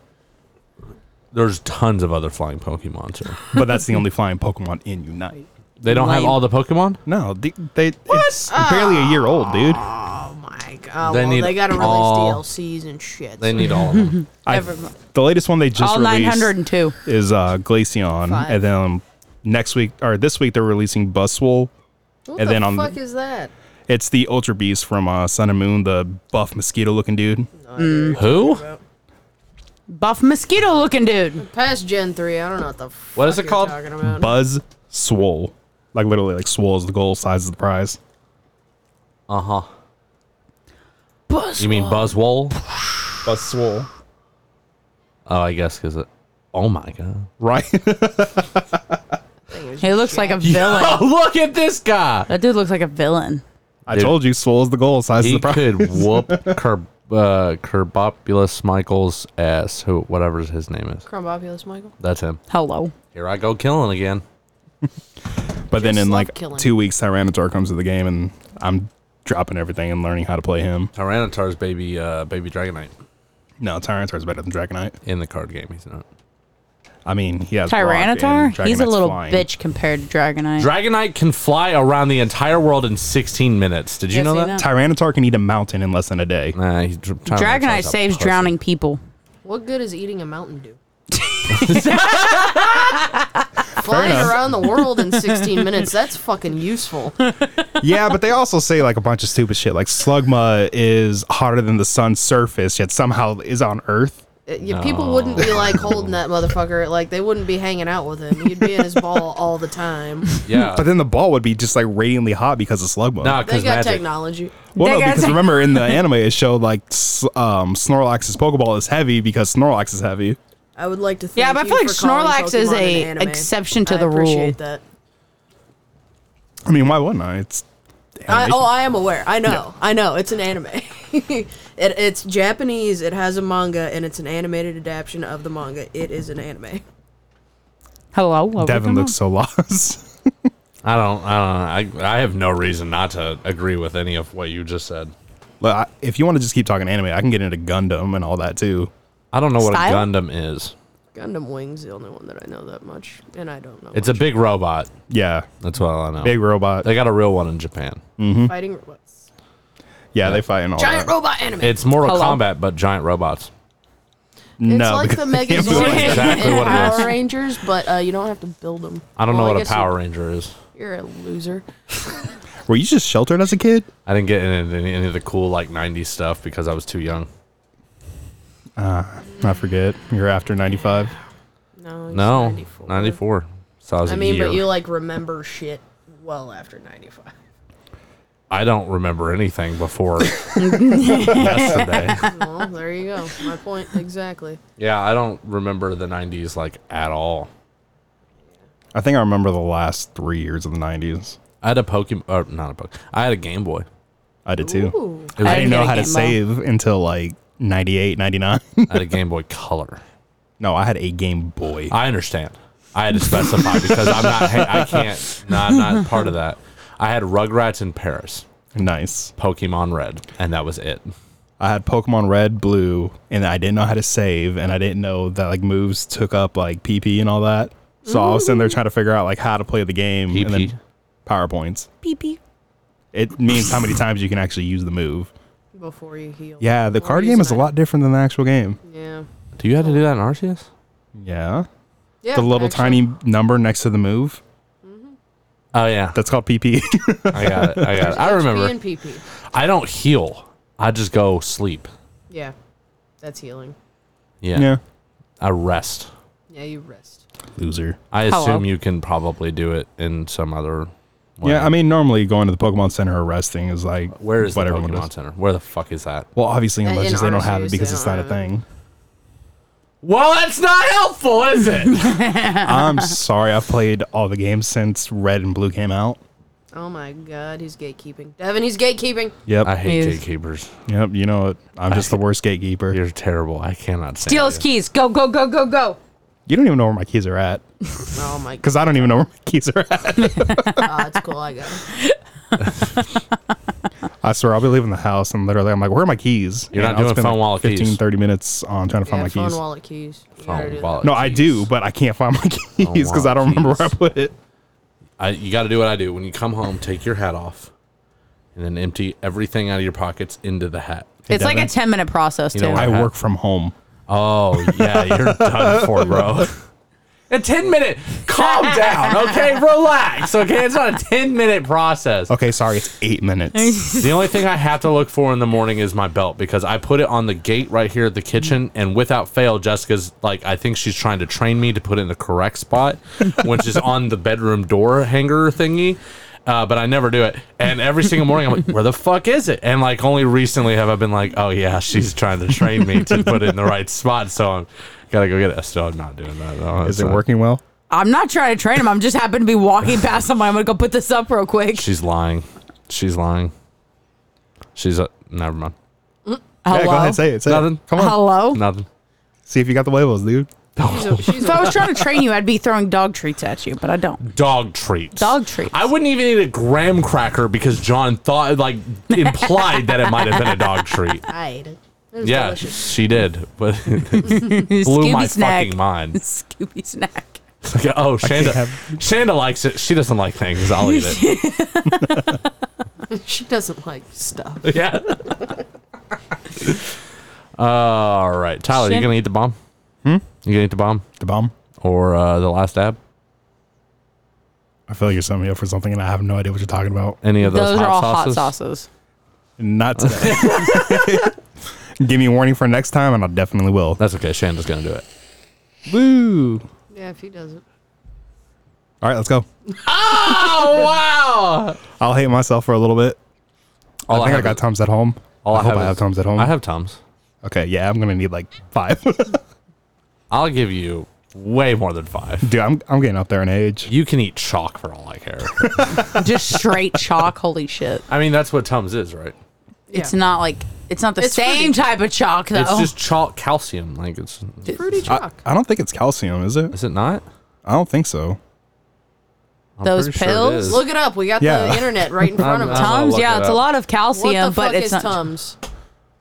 Speaker 7: There's tons of other flying Pokemon. Too.
Speaker 3: but that's the only flying Pokemon in Unite.
Speaker 7: They don't have
Speaker 2: Lame.
Speaker 7: all the Pokemon.
Speaker 3: No, they, they it's barely a year old, dude.
Speaker 4: Oh my god!
Speaker 7: They
Speaker 4: well,
Speaker 7: need
Speaker 4: they gotta release
Speaker 7: all-
Speaker 4: DLCs and shit.
Speaker 7: They
Speaker 4: so-
Speaker 7: need all of
Speaker 2: *laughs*
Speaker 7: them.
Speaker 3: I, the latest one they just
Speaker 2: All
Speaker 3: released
Speaker 2: 902.
Speaker 3: is uh, Glaceon,
Speaker 4: Five.
Speaker 3: and then next week or this week they're releasing Buswell.
Speaker 4: What
Speaker 3: and
Speaker 4: the
Speaker 3: then on the-
Speaker 4: fuck is that?
Speaker 3: It's the Ultra Beast from uh, Sun and Moon, the buff mosquito looking dude.
Speaker 7: Who?
Speaker 2: Buff mosquito looking dude.
Speaker 4: Past Gen three, I don't know what the.
Speaker 7: What is
Speaker 4: fuck
Speaker 7: it
Speaker 4: you're
Speaker 7: called?
Speaker 4: Talking about.
Speaker 3: Buzz Swole. Like literally, like swole is the goal, size is the prize.
Speaker 7: Uh huh. You mean Buzzwole?
Speaker 3: Buzz Swole.
Speaker 7: Oh, I guess because it. Oh my god.
Speaker 3: Right? *laughs*
Speaker 2: He looks like a villain.
Speaker 7: Oh, *laughs* look at this guy.
Speaker 2: That dude looks like a villain.
Speaker 3: I
Speaker 7: Dude.
Speaker 3: told you, swole is the goal, size is
Speaker 7: He
Speaker 3: the prize. *laughs*
Speaker 7: could whoop Kerb uh, Kerbopulus Michael's ass. Who? Whatever his name is.
Speaker 4: Crumbopulous Michael.
Speaker 7: That's him.
Speaker 2: Hello.
Speaker 7: Here I go killing again.
Speaker 3: But then
Speaker 4: Just
Speaker 3: in
Speaker 4: love
Speaker 3: like
Speaker 4: killing.
Speaker 3: two weeks, Tyranitar comes to the game, and I'm dropping everything and learning how to play him.
Speaker 7: Tyranitar's baby, uh, baby Dragonite
Speaker 3: No, Tyranitar's better than Dragonite.
Speaker 7: in the card game. He's not.
Speaker 3: I mean, he has rock and
Speaker 2: Tyranitar? He's a
Speaker 3: Dragonite's
Speaker 2: little
Speaker 3: flying.
Speaker 2: bitch compared to Dragonite.
Speaker 7: Dragonite can fly around the entire world in 16 minutes. Did you
Speaker 2: Yes,
Speaker 7: know
Speaker 2: he
Speaker 7: that?
Speaker 3: Tyranitar can eat a mountain in less than a *laughs* day.
Speaker 7: Nah, he's dr-
Speaker 2: Dragonite
Speaker 7: Tyranitar's a
Speaker 2: saves
Speaker 7: pussy.
Speaker 2: drowning people.
Speaker 4: What good is eating a Mountain
Speaker 7: *laughs*
Speaker 4: Dew? *laughs* Flying
Speaker 3: enough.
Speaker 4: around the world in 16 minutes, that's fucking useful.
Speaker 3: yeah, but they also say like a bunch of stupid shit. Like Slugma is hotter than the sun's surface, yet somehow is on Earth.
Speaker 4: Uh, yeah, People wouldn't be like holding that motherfucker. Like they wouldn't be hanging out with him. He'd be in
Speaker 7: *laughs*
Speaker 4: his ball all the time.
Speaker 2: *laughs*
Speaker 7: Yeah.
Speaker 3: But then the ball would be just like radiantly hot because of Slugma.
Speaker 7: Nah,
Speaker 4: They
Speaker 7: because
Speaker 4: got
Speaker 7: magic.
Speaker 4: technology.
Speaker 3: Well,
Speaker 2: They
Speaker 3: no,
Speaker 2: got
Speaker 3: because
Speaker 2: it.
Speaker 3: remember in the anime it showed like s- um, Snorlax's Pokeball is heavy because Snorlax is heavy.
Speaker 4: I would like to. Thank
Speaker 2: Yeah, but I
Speaker 4: you
Speaker 2: feel like
Speaker 4: for calling
Speaker 2: Snorlax is
Speaker 4: Pokemon
Speaker 2: a
Speaker 4: an anime.
Speaker 2: exception to
Speaker 4: I
Speaker 2: the rule.
Speaker 4: Appreciate that.
Speaker 3: I mean, why wouldn't I? It's
Speaker 4: I,
Speaker 3: animation.
Speaker 4: oh, I am aware. I know. I know. It's an anime. *laughs* it, it's Japanese. It has a manga, and it's an animated adaptation of the manga. It is an anime.
Speaker 2: Hello. what we
Speaker 3: Devin
Speaker 2: come
Speaker 3: looks so *laughs* lost.
Speaker 7: I don't. I don't. I, I have no reason not to agree with any of what you just said.
Speaker 3: Look, I, if you want to just keep talking anime, I can get into Gundam and all that too.
Speaker 7: I don't know what
Speaker 2: Style?
Speaker 7: a Gundam is.
Speaker 4: Gundam Wing's the only one that I know that much, and I don't know.
Speaker 7: It's a big robot.
Speaker 3: Yeah,
Speaker 7: That's what I know.
Speaker 3: big robot.
Speaker 7: They got a real one in Japan.
Speaker 4: a fighting robots.
Speaker 3: yeah, they fight in all
Speaker 4: Giant
Speaker 7: Uh,
Speaker 3: that.
Speaker 4: robot anime.
Speaker 7: It's Mortal
Speaker 2: Hello.
Speaker 7: Kombat, but giant robots.
Speaker 4: It's
Speaker 3: no,
Speaker 4: like the
Speaker 3: because they *laughs* can't
Speaker 4: Megazord
Speaker 3: move.
Speaker 7: exactly
Speaker 4: and
Speaker 7: what it
Speaker 4: Power
Speaker 7: is.
Speaker 4: Rangers, but uh, you don't have to build them.
Speaker 7: I don't
Speaker 4: Well,
Speaker 7: know what a
Speaker 4: guess you-
Speaker 7: Power Ranger is.
Speaker 4: You're a loser.
Speaker 3: Were you just sheltered as a kid?
Speaker 7: I didn't get into any, any of the cool like '90s stuff because I was too young.
Speaker 3: I forget. You're after 95.
Speaker 4: No, he's
Speaker 7: No, 94. So I was
Speaker 4: I
Speaker 7: a
Speaker 4: mean,
Speaker 7: year.
Speaker 4: but you like remember shit well after 95.
Speaker 7: I don't remember anything before yesterday.
Speaker 4: *laughs* well, there you go. My point exactly.
Speaker 7: Yeah, I don't remember the 90s like at all.
Speaker 3: I think I remember the last three years of the 90s.
Speaker 7: I had a Pokemon, or not a Pokemon. I had a Game Boy.
Speaker 3: I did too.
Speaker 4: Ooh,
Speaker 7: It was-
Speaker 3: I
Speaker 7: I,
Speaker 3: didn't
Speaker 2: get
Speaker 3: know
Speaker 2: a
Speaker 3: how to
Speaker 2: Game Boy.
Speaker 3: save until like 98, 99.
Speaker 7: had a Game Boy Color.
Speaker 3: *laughs* no, I had a Game Boy.
Speaker 7: I understand. I had to specify because I'm not. hang- I can't. No, I'm not part of that. I had Rugrats in Paris,
Speaker 3: nice.
Speaker 7: Pokemon Red, and that was it.
Speaker 3: I had Pokemon Red, Blue, and I didn't know how to save, and I didn't know that like moves took up like PP and all that. So I was sitting there trying to figure out like how to play the game and
Speaker 7: PP?
Speaker 3: then PowerPoints. PP. It means how many times you can actually use the move.
Speaker 4: before you heal.
Speaker 3: Yeah, the
Speaker 4: Well,
Speaker 3: card
Speaker 4: he's
Speaker 3: game is a
Speaker 4: not-
Speaker 3: lot different than the actual game.
Speaker 4: Yeah.
Speaker 7: Do you have to do that in RCS?
Speaker 3: Yeah.
Speaker 4: Yeah.
Speaker 3: The little
Speaker 4: actually.
Speaker 3: tiny number next to the move.
Speaker 7: Oh yeah,
Speaker 3: That's called *laughs* PP.
Speaker 7: I
Speaker 4: *laughs*
Speaker 7: got it. I got it. I
Speaker 4: That's
Speaker 7: remember.
Speaker 4: P and PP.
Speaker 7: I don't heal. I just go sleep.
Speaker 4: Yeah. That's healing.
Speaker 7: Yeah,
Speaker 3: yeah.
Speaker 7: I rest.
Speaker 4: Yeah, you rest.
Speaker 3: Loser.
Speaker 7: I
Speaker 2: Hello.
Speaker 7: assume you can probably do it in some other. Way.
Speaker 3: Yeah, I mean, normally going to the Pokemon Center or resting is like
Speaker 7: where is the
Speaker 3: what everyone
Speaker 7: Pokemon
Speaker 3: does.
Speaker 7: Center? Where the fuck is that?
Speaker 3: Well, obviously,
Speaker 4: Uh,
Speaker 3: unless
Speaker 4: in
Speaker 3: just they don't have
Speaker 4: RCS,
Speaker 3: it because
Speaker 4: they
Speaker 3: it's
Speaker 4: don't
Speaker 3: not a
Speaker 4: have it.
Speaker 3: thing.
Speaker 7: Well, that's not helpful, is it?
Speaker 3: I'm sorry, I've played all the games since Red and Blue came out.
Speaker 4: Oh my god, he's gatekeeping. Devin, he's gatekeeping.
Speaker 3: Yep,
Speaker 7: I hate
Speaker 2: Yes.
Speaker 7: gatekeepers.
Speaker 3: yep. You know it. I'm just the worst gatekeeper.
Speaker 7: You're terrible. I cannot stand
Speaker 2: Steal his
Speaker 7: you.
Speaker 2: keys. Go, go, go, go, go.
Speaker 3: You don't even know where my keys are at
Speaker 4: Oh
Speaker 7: *laughs*
Speaker 4: my god,
Speaker 3: because I don't even know where my *laughs* keys are at.
Speaker 4: it's cool. I got him.
Speaker 3: I swear, I'll be leaving the house and literally, I'm like, "Where are my keys?"
Speaker 7: You're
Speaker 3: And
Speaker 7: not
Speaker 3: I'll
Speaker 7: doing
Speaker 3: spend,
Speaker 7: phone wallet
Speaker 3: 15,
Speaker 7: keys.
Speaker 3: 30 minutes on trying to
Speaker 4: Yeah,
Speaker 3: find my
Speaker 4: phone
Speaker 3: keys.
Speaker 4: wallet keys. You
Speaker 7: Phone
Speaker 4: gotta do that.
Speaker 7: Oh, wallet.
Speaker 3: No, I
Speaker 7: Keys.
Speaker 3: do, but I can't find my *laughs* keys because I don't
Speaker 7: wallet
Speaker 3: remember where I
Speaker 7: keys.
Speaker 3: put it.
Speaker 7: I, you got to do what I do. When you come home, take your hat off, and then empty everything out of your pockets into the hat.
Speaker 2: it's like a
Speaker 3: Devin.
Speaker 2: 10 minute process, too.
Speaker 7: You know what?
Speaker 3: I
Speaker 7: hat.
Speaker 3: work from home.
Speaker 7: Oh yeah, you're done for, bro. A ten minute, calm down, okay? Relax, okay? It's not a ten minute process.
Speaker 3: Okay, sorry, it's eight
Speaker 7: *laughs*
Speaker 3: minutes.
Speaker 7: The only thing I have to look for in the morning is my belt because I put it on the gate right here at the kitchen, and without fail, Jessica's like, I think she's trying to train me to put it in the correct spot, which is on the bedroom door hanger thingy. Uh, but I never do it. And every single morning, I'm like, where the fuck is it? And like, only recently have I been like, oh yeah, she's trying to train me to put it in the right spot. So I'm gotta go get it. Still, I'm not doing that. No,
Speaker 3: Is
Speaker 7: it's
Speaker 3: it
Speaker 7: not-
Speaker 3: working well?
Speaker 2: I'm not trying to train him. I'm just happen to be walking past someone. I'm going to go put this up real quick.
Speaker 7: She's lying. She's lying. She's a. Never mind.
Speaker 2: Hello.
Speaker 3: Yeah, go ahead, say it. Say
Speaker 7: Nothing.
Speaker 3: it. Come on,
Speaker 2: Hello.
Speaker 7: Nothing.
Speaker 3: see if you got the labels, dude.
Speaker 4: She's a, she's
Speaker 2: If
Speaker 7: *laughs*
Speaker 2: I was trying to train you, I'd be throwing dog treats at you, but I don't.
Speaker 7: dog treats.
Speaker 2: Dog treats.
Speaker 7: I wouldn't even eat a graham cracker because John thought, like, implied that it might have been
Speaker 2: *laughs*
Speaker 7: a dog treat.
Speaker 4: died.
Speaker 7: Yeah,
Speaker 4: *laughs*
Speaker 7: she did, but *laughs* it blew
Speaker 2: Scooby
Speaker 7: my
Speaker 2: snack.
Speaker 7: fucking mind.
Speaker 2: *laughs* Scooby snack.
Speaker 7: It's like, oh, Shanda,
Speaker 3: have-
Speaker 7: Shanda likes it. She doesn't like things. I'll eat
Speaker 2: *laughs*
Speaker 7: it.
Speaker 4: She doesn't like stuff.
Speaker 7: yeah. *laughs* All right, Tyler, you
Speaker 2: Shan-
Speaker 7: gonna eat the bomb? Hmm. You gonna eat the bomb
Speaker 3: The bomb.
Speaker 7: or uh, the last dab?
Speaker 3: I feel like you're setting me up for something, and I have no idea what you're talking about.
Speaker 7: Any of those,
Speaker 2: Those, are
Speaker 7: hot
Speaker 2: all
Speaker 7: sauces?
Speaker 2: hot sauces.
Speaker 3: Not today. *laughs* Give me a warning for next time, and I definitely will.
Speaker 7: That's okay. Shanda's gonna do it.
Speaker 3: Woo!
Speaker 4: Yeah, if he doesn't.
Speaker 3: All right, let's go.
Speaker 7: Oh wow!
Speaker 3: I'll hate myself for a little bit.
Speaker 7: All
Speaker 3: I think I,
Speaker 7: have
Speaker 3: got
Speaker 7: is-
Speaker 3: Tums at home.
Speaker 7: all
Speaker 3: I, hope I
Speaker 7: is-
Speaker 3: have Tums at home.
Speaker 7: I have Tums.
Speaker 3: Okay, yeah, I'm gonna need like
Speaker 7: *laughs*
Speaker 3: five.
Speaker 7: I'll give you way more than five.
Speaker 3: Dude, I'm I'm getting up there in age.
Speaker 7: You can eat chalk for all I care.
Speaker 2: Just
Speaker 4: *laughs*
Speaker 2: straight chalk. Holy shit.
Speaker 7: I mean, that's what Tums is, right?
Speaker 2: It's not like, it's not the
Speaker 4: It's
Speaker 2: same
Speaker 4: fruity.
Speaker 2: type of chalk, though.
Speaker 7: It's just chalk calcium. Like, it's
Speaker 4: Fruity
Speaker 3: I,
Speaker 4: chalk.
Speaker 3: I don't think it's calcium, is it?
Speaker 7: is it not?
Speaker 3: I don't think so.
Speaker 7: I'm
Speaker 2: Those
Speaker 7: pretty sure it
Speaker 2: pills?
Speaker 7: is.
Speaker 4: Look it up. We got
Speaker 3: Yeah.
Speaker 4: the internet right in front of
Speaker 7: I'm
Speaker 4: us.
Speaker 7: gonna
Speaker 2: Tums,
Speaker 7: look
Speaker 2: yeah,
Speaker 7: it
Speaker 2: it's a
Speaker 7: up.
Speaker 2: lot of
Speaker 4: What
Speaker 2: calcium,
Speaker 4: the fuck
Speaker 2: but it's
Speaker 4: is
Speaker 2: not.
Speaker 4: Tums?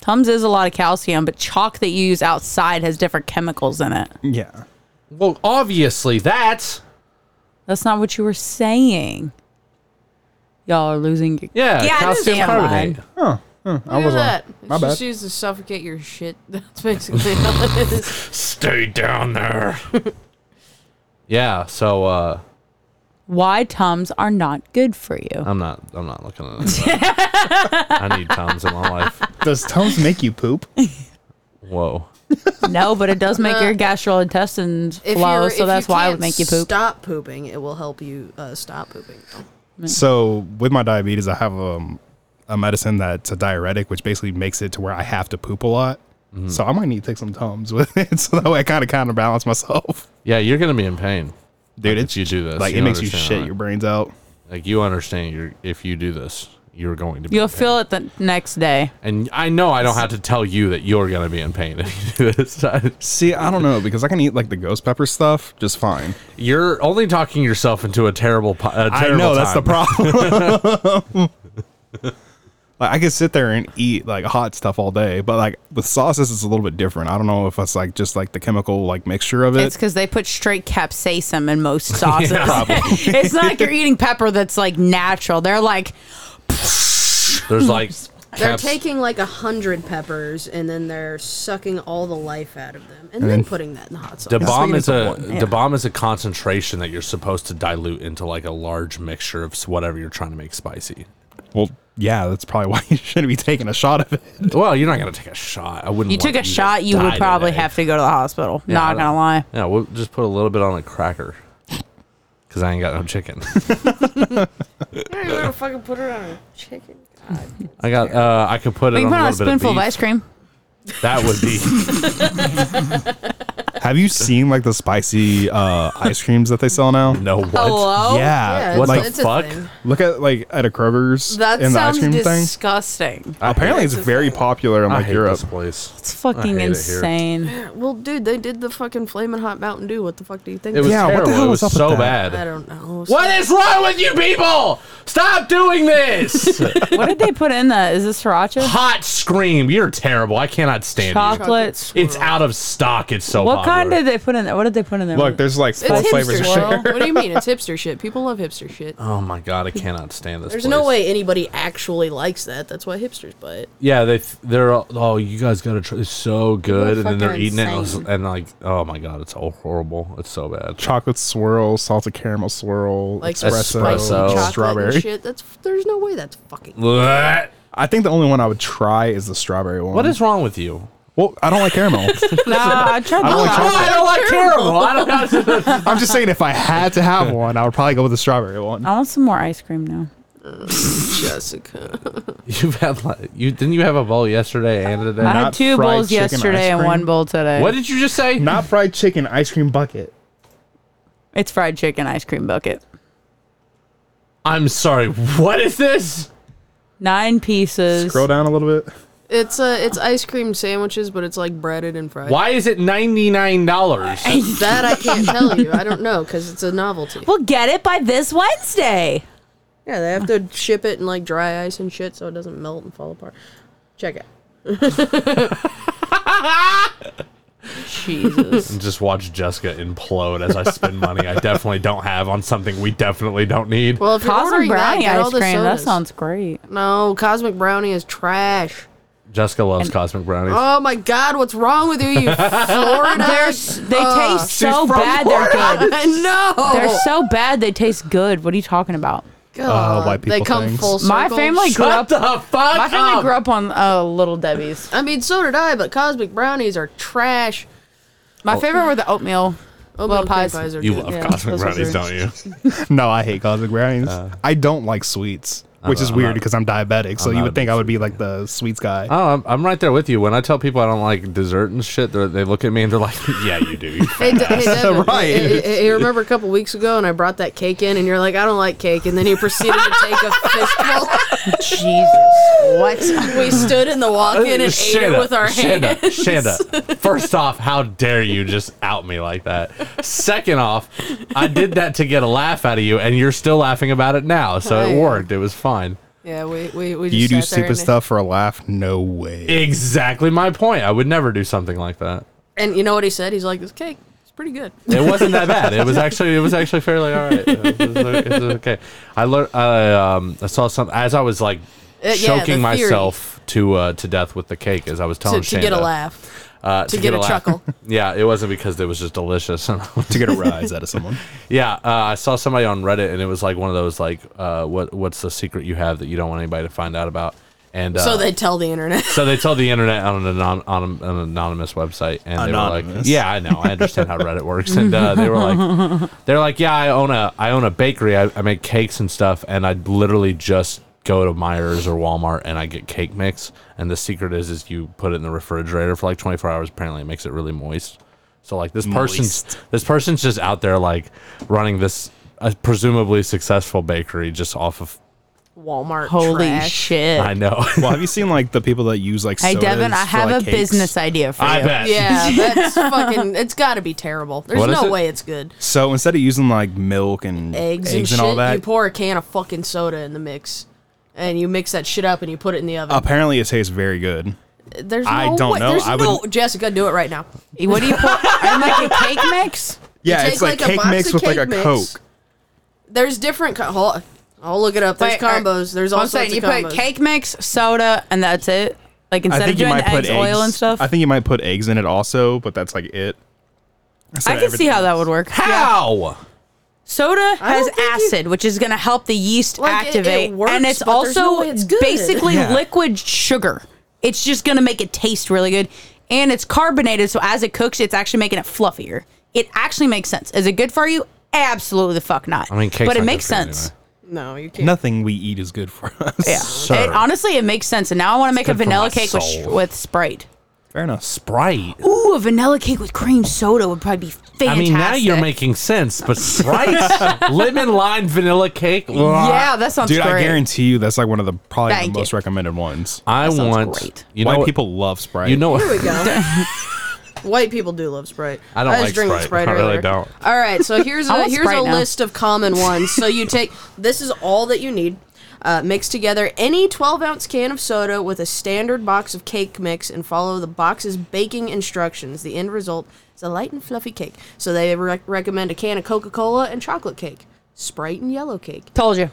Speaker 2: Tums is a lot of calcium, but chalk that you use outside has different chemicals in it.
Speaker 3: Yeah.
Speaker 7: well, obviously that.
Speaker 2: That's not what you were saying. Y'all are losing. your-
Speaker 7: Yeah,
Speaker 2: I
Speaker 7: calcium
Speaker 2: understand
Speaker 7: carbonate.
Speaker 2: why.
Speaker 3: I
Speaker 4: Look at
Speaker 3: was wrong.
Speaker 4: that.
Speaker 3: My
Speaker 4: it's just
Speaker 3: bad.
Speaker 4: used to suffocate your shit. *laughs* That's basically how it is.
Speaker 7: Stay down
Speaker 2: *laughs*
Speaker 7: there. yeah. So uh,
Speaker 2: Why Tums are not good for
Speaker 7: *laughs*
Speaker 2: you.
Speaker 7: I'm not. I'm not looking at it. I need Tums in my life.
Speaker 3: Does Tums make you poop?
Speaker 7: Whoa.
Speaker 2: no, but it does
Speaker 4: *laughs*
Speaker 2: make your gastrointestines flow,
Speaker 4: you're-
Speaker 2: so that's why it would
Speaker 4: can't
Speaker 2: make you poop.
Speaker 4: Stop pooping. It will help you uh, stop pooping. though.
Speaker 3: So with my diabetes, I have um, a medicine that's a diuretic, which basically makes it to where I have to poop a lot. So I might need to take some tums with *laughs* it, so that way I kind of counterbalance myself.
Speaker 7: Yeah, you're gonna be in pain,
Speaker 3: Dude,
Speaker 7: If
Speaker 3: it's
Speaker 7: you do this,
Speaker 3: Like
Speaker 7: you
Speaker 3: it makes you
Speaker 7: understand,
Speaker 3: shit
Speaker 7: right?
Speaker 3: your brains out.
Speaker 7: Like you understand, you're if you do this, you're going to be.
Speaker 2: You'll
Speaker 7: in pain.
Speaker 2: feel it the next day.
Speaker 7: And I know I don't have to tell you that you're gonna be in pain *laughs* if you do this.
Speaker 3: See, I don't know because I can eat like the ghost pepper stuff just fine.
Speaker 7: You're only talking yourself into a terrible. po- A terrible
Speaker 3: I know that's the
Speaker 7: time.
Speaker 3: problem. *laughs* like I could sit there and eat like hot stuff all day, but like with sauces, it's a little bit different. I don't know if it's like just like the chemical like mixture of it.
Speaker 2: It's because they put straight capsaicin in
Speaker 7: *laughs*
Speaker 2: most sauces.
Speaker 7: probably.
Speaker 2: *laughs* it's not like you're eating pepper that's like natural. They're like, *laughs*
Speaker 7: There's like
Speaker 4: They're
Speaker 7: caps-
Speaker 4: taking like a hundred peppers and then they're sucking all the life out of them and then putting that in the hot sauce.
Speaker 7: The bomb
Speaker 3: Speaking
Speaker 7: is
Speaker 3: of
Speaker 7: a
Speaker 3: one,
Speaker 7: the bomb is a concentration that you're supposed to dilute into like a large mixture of s- whatever you're trying to make spicy.
Speaker 3: Well, yeah, that's probably *laughs* why you shouldn't be taking a shot of it.
Speaker 7: Well, you're not gonna take a shot. I wouldn't.
Speaker 2: you took a shot, you would probably have to go to the hospital. not gonna lie.
Speaker 7: Yeah, we'll just put a little bit on
Speaker 2: *laughs*
Speaker 7: a cracker because I ain't got no chicken.
Speaker 4: fucking put it on a chicken.
Speaker 7: I got. Uh, I could put it
Speaker 2: We can
Speaker 7: on
Speaker 2: put
Speaker 7: a
Speaker 2: on a
Speaker 7: little bit of,
Speaker 2: spoonful of
Speaker 7: beef.
Speaker 2: ice cream.
Speaker 7: That would be.
Speaker 3: Have you seen like the spicy uh, ice creams that they sell now?
Speaker 2: *laughs*
Speaker 7: No what?
Speaker 3: Oh,
Speaker 2: Hello?
Speaker 3: Yeah,
Speaker 7: What
Speaker 3: like
Speaker 7: the fuck?
Speaker 3: look at like at a Kroger's
Speaker 2: That
Speaker 3: and the ice
Speaker 2: sounds
Speaker 3: cream thing.
Speaker 2: disgusting.
Speaker 3: Apparently, it's very popular in
Speaker 7: I
Speaker 3: like
Speaker 7: hate
Speaker 3: Europe.
Speaker 7: this place.
Speaker 2: It's fucking
Speaker 7: hate it here.
Speaker 2: insane.
Speaker 4: Well, dude, they did the fucking flaming hot Mountain Dew. What the fuck do you think?
Speaker 7: It was
Speaker 3: Yeah, what the
Speaker 7: terrible.
Speaker 3: hell
Speaker 7: it
Speaker 3: is
Speaker 7: was
Speaker 3: up with
Speaker 7: so
Speaker 3: that?
Speaker 7: bad.
Speaker 4: I don't know.
Speaker 7: What is wrong with you people? Stop
Speaker 3: *laughs*
Speaker 7: doing this!
Speaker 2: what did they put in that? Is this sriracha?
Speaker 7: Hot scream! You're terrible. I cannot stand you.
Speaker 2: Chocolate.
Speaker 7: It's out of stock. It's so.
Speaker 2: What
Speaker 7: popular.
Speaker 2: kind did they put in there? What did they put in there?
Speaker 3: Look, there's like four
Speaker 4: It's
Speaker 3: flavors
Speaker 4: hipster
Speaker 3: of
Speaker 4: shit.
Speaker 3: sugar.
Speaker 4: what do you mean?
Speaker 3: *laughs*
Speaker 4: It's hipster shit. People love hipster shit.
Speaker 7: Oh my god, I cannot stand this.
Speaker 4: There's
Speaker 7: place.
Speaker 4: no way anybody actually likes that. That's why hipsters buy it.
Speaker 7: Yeah, they th- they're all, oh you guys gotta try. It's so good, and then they're
Speaker 2: fucking
Speaker 7: eating it, and I was-
Speaker 2: insane.
Speaker 7: and like oh my god, it's all horrible. It's so bad.
Speaker 3: Chocolate swirl, salted caramel swirl,
Speaker 4: Like some
Speaker 3: espresso,
Speaker 4: spicy chocolate and
Speaker 3: strawberry.
Speaker 4: shit. That's there's no way that's fucking.
Speaker 7: Blech.
Speaker 3: I think the only one I would try is the strawberry one.
Speaker 7: What is wrong with you?
Speaker 3: Well, I don't like
Speaker 7: *laughs*
Speaker 3: caramel.
Speaker 2: Nah, I tried
Speaker 3: don't
Speaker 2: the chocolate.
Speaker 3: like chocolate.
Speaker 7: I don't like terrible. I don't
Speaker 3: I'm just saying, if I had to have one, I would probably go with the strawberry one.
Speaker 7: *laughs*
Speaker 2: I want some more ice cream now.
Speaker 4: Jessica.
Speaker 7: *laughs* You've had like you didn't you have a bowl yesterday and today?
Speaker 2: I had
Speaker 3: Not
Speaker 2: two
Speaker 3: fried
Speaker 2: bowls
Speaker 3: chicken ice
Speaker 2: yesterday and
Speaker 3: cream?
Speaker 2: one bowl today.
Speaker 7: what did you just say?
Speaker 3: Not fried chicken ice cream bucket.
Speaker 2: It's fried chicken ice cream bucket.
Speaker 7: I'm sorry. What is this?
Speaker 2: Nine pieces.
Speaker 3: Scroll down a little bit.
Speaker 4: It's uh, it's ice cream sandwiches, but it's like breaded and fried.
Speaker 7: Why is it ninety nine dollars?
Speaker 4: That I can't tell you. I don't know because it's a novelty.
Speaker 2: We'll get it by this Wednesday.
Speaker 4: Yeah, they have to ship it in like dry ice and shit so it doesn't melt and fall apart. Check it.
Speaker 2: Jesus.
Speaker 7: *laughs* Just watch Jessica implode as I spend money I definitely don't have on something we definitely don't need.
Speaker 4: Well, if you're
Speaker 2: Cosmic
Speaker 4: ordering that,
Speaker 2: brownie
Speaker 4: get all
Speaker 2: ice
Speaker 4: the
Speaker 2: cream. That
Speaker 4: sodas.
Speaker 2: sounds great.
Speaker 4: No, cosmic brownie is trash.
Speaker 7: Jessica loves cosmic brownies.
Speaker 4: Oh my god, what's wrong with
Speaker 2: *laughs*
Speaker 4: you, you Florida?
Speaker 2: They taste so
Speaker 7: from
Speaker 2: bad they're good.
Speaker 4: I know.
Speaker 2: They're so bad they taste good. What are you talking about?
Speaker 4: Oh,
Speaker 3: Uh,
Speaker 4: God,
Speaker 3: white
Speaker 4: They
Speaker 3: people
Speaker 4: come
Speaker 3: things.
Speaker 4: full circle.
Speaker 2: My family grew
Speaker 7: Shut
Speaker 2: up.
Speaker 7: the fuck
Speaker 2: My family
Speaker 7: up.
Speaker 2: grew up on uh, Little Debbie's.
Speaker 4: I mean, so did I, but cosmic brownies are trash.
Speaker 3: Oh.
Speaker 2: My favorite were the oatmeal.
Speaker 4: Oh,
Speaker 2: Little
Speaker 4: but
Speaker 2: pies.
Speaker 4: are
Speaker 7: You
Speaker 4: good.
Speaker 7: love
Speaker 2: Yeah,
Speaker 7: cosmic
Speaker 2: those are
Speaker 7: brownies,
Speaker 2: great.
Speaker 7: don't you?
Speaker 3: No, I hate cosmic brownies. I don't like sweets, which is
Speaker 7: I'm
Speaker 3: weird
Speaker 7: not-
Speaker 3: because Uh. Uh-huh. I'm diabetic. Uh, So
Speaker 7: I'm
Speaker 3: you
Speaker 7: not a
Speaker 3: would think
Speaker 7: big
Speaker 3: I would be like the sweets guy.
Speaker 7: Oh, I'm, I'm right there with you. When I tell people I don't like dessert and shit, they're- they look at me and they're like, *laughs* "Yeah, you do." you fat
Speaker 4: Hey,
Speaker 3: *laughs*
Speaker 4: De- hey Devin,
Speaker 3: Right.
Speaker 4: hey, hey, hey, you remember a couple weeks ago, and I brought that cake in, and you're like, "I don't like cake," and then you proceeded to take a fistful.
Speaker 2: *laughs* What?
Speaker 4: We stood in the walk-in and ate it
Speaker 7: Uh, Shanda,
Speaker 4: with our
Speaker 7: Shanda,
Speaker 4: hands. *laughs*
Speaker 7: Shanda. First off, how dare you just out me like that? Second off, I did that to get a laugh out of you, and you're still laughing about it now. So
Speaker 4: Oh,
Speaker 7: it
Speaker 4: yeah.
Speaker 7: worked. It was fine.
Speaker 4: *laughs* Yeah, we we, we just
Speaker 3: you do
Speaker 4: sat there
Speaker 3: stupid
Speaker 4: and-
Speaker 3: stuff for a laugh? No way.
Speaker 7: Exactly my point. I would never do something like that.
Speaker 4: And you know what he said? He's like, "This cake, it's pretty good."
Speaker 7: It wasn't that bad. It was actually it was actually fairly all right. It was, it was okay. I learned. I um, I saw some as I was like
Speaker 4: Uh, yeah,
Speaker 7: choking
Speaker 4: the theory.
Speaker 7: myself to uh, to death with the cake as I was
Speaker 3: Oh,
Speaker 4: To,
Speaker 7: telling
Speaker 4: to get a
Speaker 7: Shanda,
Speaker 4: laugh,
Speaker 7: uh,
Speaker 4: to get a
Speaker 7: laugh.
Speaker 4: chuckle.
Speaker 7: *laughs* Yeah, it wasn't because it was just
Speaker 3: *laughs*
Speaker 7: delicious. *laughs*
Speaker 3: to get a rise *laughs* out of someone.
Speaker 7: yeah, uh, I saw somebody on Reddit and it was like one of those like uh, what what's the secret you have that you don't want anybody to find out about. and uh,
Speaker 4: So they tell the internet. *laughs*
Speaker 7: so they tell the internet on an, anon- on an anonymous website, and they were like,
Speaker 3: Anonymous.
Speaker 7: "Yeah, I know, I understand how Reddit works." And uh, they were like, "They're like, yeah, I own a I own a bakery. I, I make cakes and stuff, and I literally just go to Myers or Walmart and I get cake mix. And the secret is, is you put it in the refrigerator for like 24 hours. Apparently, it makes it really moist. So like this person's
Speaker 3: Moist.
Speaker 7: this person's just out there like running this uh, presumably successful bakery just off of
Speaker 4: Walmart.
Speaker 2: Holy
Speaker 4: trash.
Speaker 2: shit.
Speaker 7: I know. *laughs*
Speaker 3: Well, have you seen like the people that use like?
Speaker 2: Hey, Devin,
Speaker 3: sodas
Speaker 2: I
Speaker 3: for,
Speaker 2: have
Speaker 3: like,
Speaker 2: a
Speaker 3: cakes?
Speaker 2: business idea for you.
Speaker 7: I
Speaker 2: *laughs*
Speaker 7: bet.
Speaker 4: Yeah, that's fucking. It's got to be terrible. There's
Speaker 7: What is
Speaker 4: no
Speaker 7: it?
Speaker 4: way it's good.
Speaker 3: So instead of using like milk and
Speaker 4: Eggs,
Speaker 3: eggs,
Speaker 4: and, shit.
Speaker 3: and, all
Speaker 4: You
Speaker 3: that,
Speaker 4: pour a can of fucking soda in the mix, and you mix that shit up and you put it in the oven.
Speaker 3: apparently it tastes very good.
Speaker 4: There's no
Speaker 3: I don't
Speaker 4: way.
Speaker 3: know.
Speaker 4: There's
Speaker 3: I
Speaker 4: no.
Speaker 3: wouldn't-
Speaker 4: Jessica, do it right now.
Speaker 2: What do you put?
Speaker 3: *laughs*
Speaker 2: I make a cake mix?
Speaker 3: Yeah,
Speaker 4: take,
Speaker 3: it's like,
Speaker 4: like, a
Speaker 3: cake
Speaker 4: box
Speaker 3: mix
Speaker 4: of
Speaker 3: with like
Speaker 4: cake
Speaker 3: a
Speaker 4: mix.
Speaker 3: Coke.
Speaker 4: There's different. Co- I'll, I'll look it up. There's
Speaker 2: Wait, are-
Speaker 4: combos. There's all
Speaker 2: uh, I'm
Speaker 4: sorts
Speaker 2: saying you
Speaker 4: of combos.
Speaker 2: put cake mix, soda, and that's it. Like
Speaker 3: I
Speaker 2: instead of
Speaker 3: think you
Speaker 2: doing
Speaker 3: might
Speaker 2: the
Speaker 3: put
Speaker 2: eggs, oil and stuff.
Speaker 3: I think you might put eggs in it also, but that's like it.
Speaker 2: I can see how that would work.
Speaker 7: How?
Speaker 2: Soda has
Speaker 4: think you-
Speaker 2: acid, which is going to help the yeast
Speaker 4: Like, it- it
Speaker 2: activate,
Speaker 4: works,
Speaker 2: and it's
Speaker 4: but there's no
Speaker 2: also
Speaker 4: way it's good.
Speaker 2: basically
Speaker 3: Yeah.
Speaker 2: liquid sugar. It's just going to make it taste really good, and it's carbonated, so as it cooks, it's actually making it fluffier. It actually makes sense. Is it good for you? Absolutely the fuck not.
Speaker 7: I mean, cake's
Speaker 2: but it
Speaker 7: not good
Speaker 2: makes
Speaker 7: for you
Speaker 2: sense.
Speaker 7: anyway.
Speaker 4: No, you can't.
Speaker 3: Nothing we eat is good for us.
Speaker 2: Yeah, it, honestly, it makes sense. And now I want to make a
Speaker 7: good for
Speaker 2: vanilla
Speaker 7: my
Speaker 2: cake with,
Speaker 7: soul.
Speaker 2: with Sprite.
Speaker 3: Fair enough.
Speaker 7: Sprite.
Speaker 2: Ooh, a vanilla cake with cream soda would probably be fantastic.
Speaker 7: I mean, now you're making sense,
Speaker 2: *laughs*
Speaker 7: but Sprite, lemon lime vanilla cake.
Speaker 2: Yeah, Oh, that sounds
Speaker 3: Dude,
Speaker 2: great.
Speaker 3: I guarantee you that's like one of the probably
Speaker 2: Thank
Speaker 3: the most
Speaker 2: you.
Speaker 3: recommended ones.
Speaker 7: I
Speaker 2: sounds
Speaker 7: want
Speaker 2: great.
Speaker 7: you
Speaker 3: White
Speaker 7: know people.
Speaker 3: people love Sprite.
Speaker 7: You know
Speaker 4: *laughs*
Speaker 7: what?
Speaker 4: Here we
Speaker 7: *laughs*
Speaker 4: go. White people do love Sprite.
Speaker 7: I don't
Speaker 4: was
Speaker 7: like
Speaker 4: drinking
Speaker 7: Sprite. I really
Speaker 4: earlier.
Speaker 7: don't.
Speaker 4: All right, *laughs* so here's
Speaker 2: I
Speaker 4: a
Speaker 2: want
Speaker 4: here's
Speaker 2: Sprite
Speaker 4: a
Speaker 2: now.
Speaker 4: list of common ones. So you take this is all that you need. Uh, mix together any 12 ounce can of soda with a standard box of cake mix and follow the box's baking instructions. The end result is a light and fluffy cake. So they re- recommend a can of Coca Cola and chocolate cake, Sprite and yellow *laughs* cake,
Speaker 2: Told you.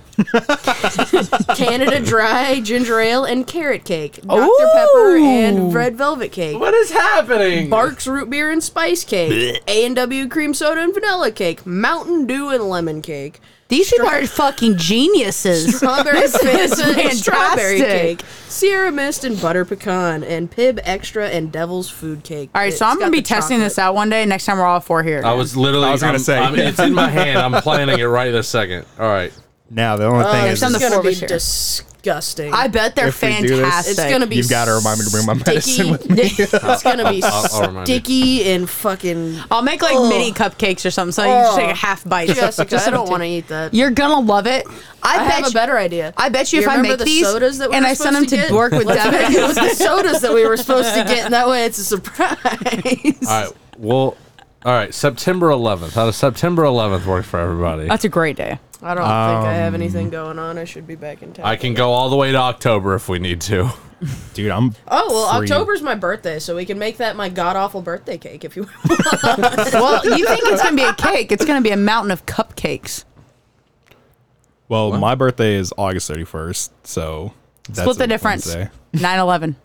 Speaker 4: Canada Dry ginger ale and carrot cake, Dr. Pepper and red velvet cake.
Speaker 7: What is happening?
Speaker 4: Barks root beer and spice cake, A and W cream soda and vanilla cake, Mountain Dew and lemon cake,
Speaker 2: These people are fucking geniuses. *laughs*
Speaker 4: strawberry fanta and strawberry
Speaker 2: fantastic.
Speaker 4: cake, Sierra Mist and butter pecan, and Pib Extra and Devil's food cake.
Speaker 2: All right, so I'm gonna be testing this out one day. Next time we're all four here.
Speaker 7: I was literally.
Speaker 3: I was gonna
Speaker 7: I'm-
Speaker 3: say.
Speaker 7: I'm- it's in my hand. I'm planning it right this second. All right.
Speaker 3: now the only thing
Speaker 2: there's
Speaker 3: is,
Speaker 2: some
Speaker 4: It's
Speaker 2: the
Speaker 3: is
Speaker 2: four
Speaker 4: gonna be
Speaker 2: of us here.
Speaker 4: disgusting.
Speaker 2: I bet they're
Speaker 3: If we do this-
Speaker 2: fantastic.
Speaker 4: it's gonna be.
Speaker 3: you've got to remind me to bring my medicine with me.
Speaker 2: be.
Speaker 4: *laughs* It's gonna be
Speaker 7: I'll remind you.
Speaker 4: sticky and fucking.
Speaker 2: I'll make like mini cupcakes or something. So you just
Speaker 4: Ugh.
Speaker 2: take a half bite.
Speaker 4: Jessica,
Speaker 2: Just
Speaker 4: I don't
Speaker 2: to-
Speaker 4: want to eat that.
Speaker 2: You're gonna love it. I,
Speaker 4: I
Speaker 2: bet
Speaker 4: have a
Speaker 2: you-
Speaker 4: better idea.
Speaker 2: I bet you, if I
Speaker 4: remember
Speaker 2: make
Speaker 4: the
Speaker 2: these
Speaker 4: sodas that we
Speaker 2: and
Speaker 4: were
Speaker 2: I send them
Speaker 4: supposed
Speaker 2: to,
Speaker 4: get?
Speaker 2: work with
Speaker 4: Let's
Speaker 2: Devin,
Speaker 4: make it *laughs* with the sodas that we were supposed to get, and that way it's a
Speaker 7: *laughs*
Speaker 4: surprise.
Speaker 7: All right. Well. All right. September 11th. How does September 11th work for everybody?
Speaker 2: that's a great day.
Speaker 4: I don't think I have anything going on. I should be back in town.
Speaker 7: Um, I can go all the way to October if we
Speaker 2: *laughs*
Speaker 7: need to.
Speaker 3: Dude, I'm
Speaker 4: Oh well,
Speaker 3: free.
Speaker 4: October's my birthday, so we can make that my god awful birthday cake if you. *laughs*
Speaker 2: Well, you think it's gonna be a cake? It's gonna be a mountain of cupcakes.
Speaker 3: Well, my birthday is August 31st, so that's
Speaker 2: Split the
Speaker 3: a
Speaker 2: difference.
Speaker 3: Wednesday.
Speaker 2: 9-11.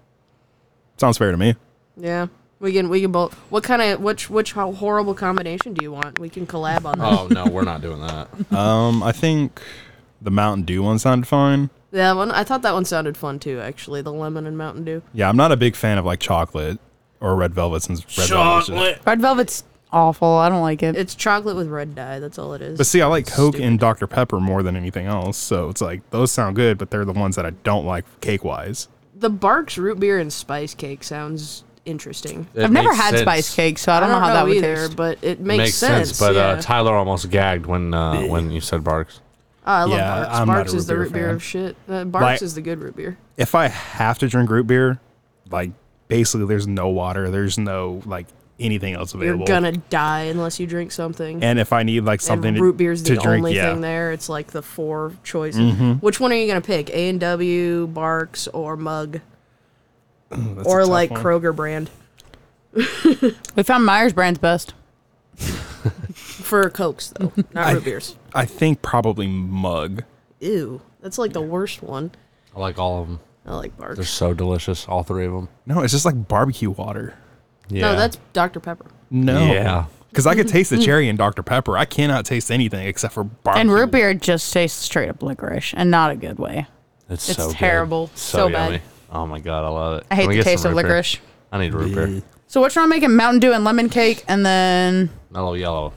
Speaker 3: Sounds fair to me.
Speaker 4: yeah, we can we can both. What kind of which which ho- horrible combination do you want? We can collab on that.
Speaker 7: Oh no, we're not doing that.
Speaker 3: Um, I think the Mountain Dew one sounded fine.
Speaker 4: That one I thought that one sounded fun too. Actually, the lemon and Mountain Dew.
Speaker 3: Yeah, I'm not a big fan of like chocolate or red velvet since red velvet's just-
Speaker 2: Red Velvet's awful. I don't like it.
Speaker 4: It's chocolate with red dye. That's all it is.
Speaker 3: But see, I like Coke and Dr Pepper more than anything else, so it's like those sound good, but they're the ones that I don't like cake wise.
Speaker 4: the Barks root beer and spice cake sounds interesting.
Speaker 7: It
Speaker 2: I've never
Speaker 7: makes
Speaker 2: had
Speaker 7: sense.
Speaker 2: spice cake, so I don't, know how that
Speaker 4: either,
Speaker 2: would taste.
Speaker 4: but it
Speaker 7: It
Speaker 4: makes,
Speaker 7: makes sense, but
Speaker 4: yeah.
Speaker 7: uh, Tyler almost gagged when uh, when you said Barks.
Speaker 4: Oh, I love
Speaker 3: Yeah,
Speaker 4: Barks.
Speaker 3: I'm not
Speaker 4: Barks
Speaker 3: a
Speaker 4: is the
Speaker 3: root beer
Speaker 4: root beer
Speaker 3: fan.
Speaker 4: of shit. Uh, Barks
Speaker 3: Like-
Speaker 4: is the good root beer.
Speaker 3: If I have to drink root beer, like basically there's no water, there's no like anything else
Speaker 4: You're
Speaker 3: available.
Speaker 4: gonna die unless you drink something.
Speaker 3: and if I need like something
Speaker 4: and
Speaker 3: to-
Speaker 4: root beer's
Speaker 3: to
Speaker 4: the
Speaker 3: drink,
Speaker 4: only
Speaker 3: yeah. Mm-hmm.
Speaker 4: thing there. It's like the four choices. Which one are you gonna pick? A and W, Barks, or Mug,
Speaker 3: That's a
Speaker 4: or
Speaker 3: tough
Speaker 4: like
Speaker 3: one.
Speaker 4: Kroger brand
Speaker 2: We found Myers Brand's best.
Speaker 4: for Cokes
Speaker 3: *laughs*
Speaker 4: though, not root beers.
Speaker 3: I think probably mug.
Speaker 4: Ew, that's like the worst one.
Speaker 7: I like all of them.
Speaker 4: I like Barks.
Speaker 7: They're so delicious, all three of them.
Speaker 3: No, it's just like barbecue water.
Speaker 7: Yeah.
Speaker 4: No, that's Dr Pepper.
Speaker 3: No.
Speaker 7: Yeah.
Speaker 3: Because I could taste the cherry in Dr. Pepper. I cannot taste anything except for barbecue.
Speaker 2: And root beer just tastes straight up licorice, and not a good way.
Speaker 7: It's,
Speaker 2: It's
Speaker 7: so good.
Speaker 2: terrible. So bad.
Speaker 7: yummy. Oh my god, I love it.
Speaker 2: I hate
Speaker 7: Let me
Speaker 2: the
Speaker 7: get some
Speaker 2: taste of
Speaker 7: root beer.
Speaker 2: licorice.
Speaker 7: I need root beer.
Speaker 2: So what's wrong with making Mountain Dew and lemon cake and then
Speaker 7: Mellow yellow.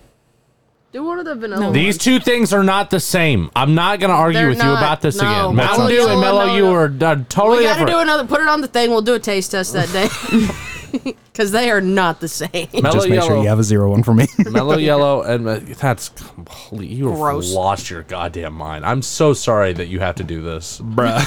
Speaker 4: Do one of the vanilla. ones.
Speaker 7: These two things are not the same. I'm not gonna argue
Speaker 4: Oh, They're
Speaker 7: with you
Speaker 4: not.
Speaker 7: about this
Speaker 4: No.
Speaker 7: again.
Speaker 4: Mellow
Speaker 7: Mountain Dew
Speaker 4: Yellow
Speaker 7: and
Speaker 4: and
Speaker 7: Mellow
Speaker 4: Mellow
Speaker 7: you
Speaker 4: Yellow.
Speaker 7: are uh, totally
Speaker 4: we gotta
Speaker 7: different.
Speaker 4: do another. Put it on the thing. We'll do a taste test that day. *laughs* Because they are not the same.
Speaker 7: Mellow
Speaker 3: Just make
Speaker 7: yellow,
Speaker 3: sure you have a zero one for
Speaker 4: *laughs*
Speaker 3: me.
Speaker 7: mellow yellow, and uh, that's complete. You have
Speaker 4: Gross.
Speaker 7: lost your goddamn mind. I'm so sorry that you have to do this. *laughs*
Speaker 3: Bruh.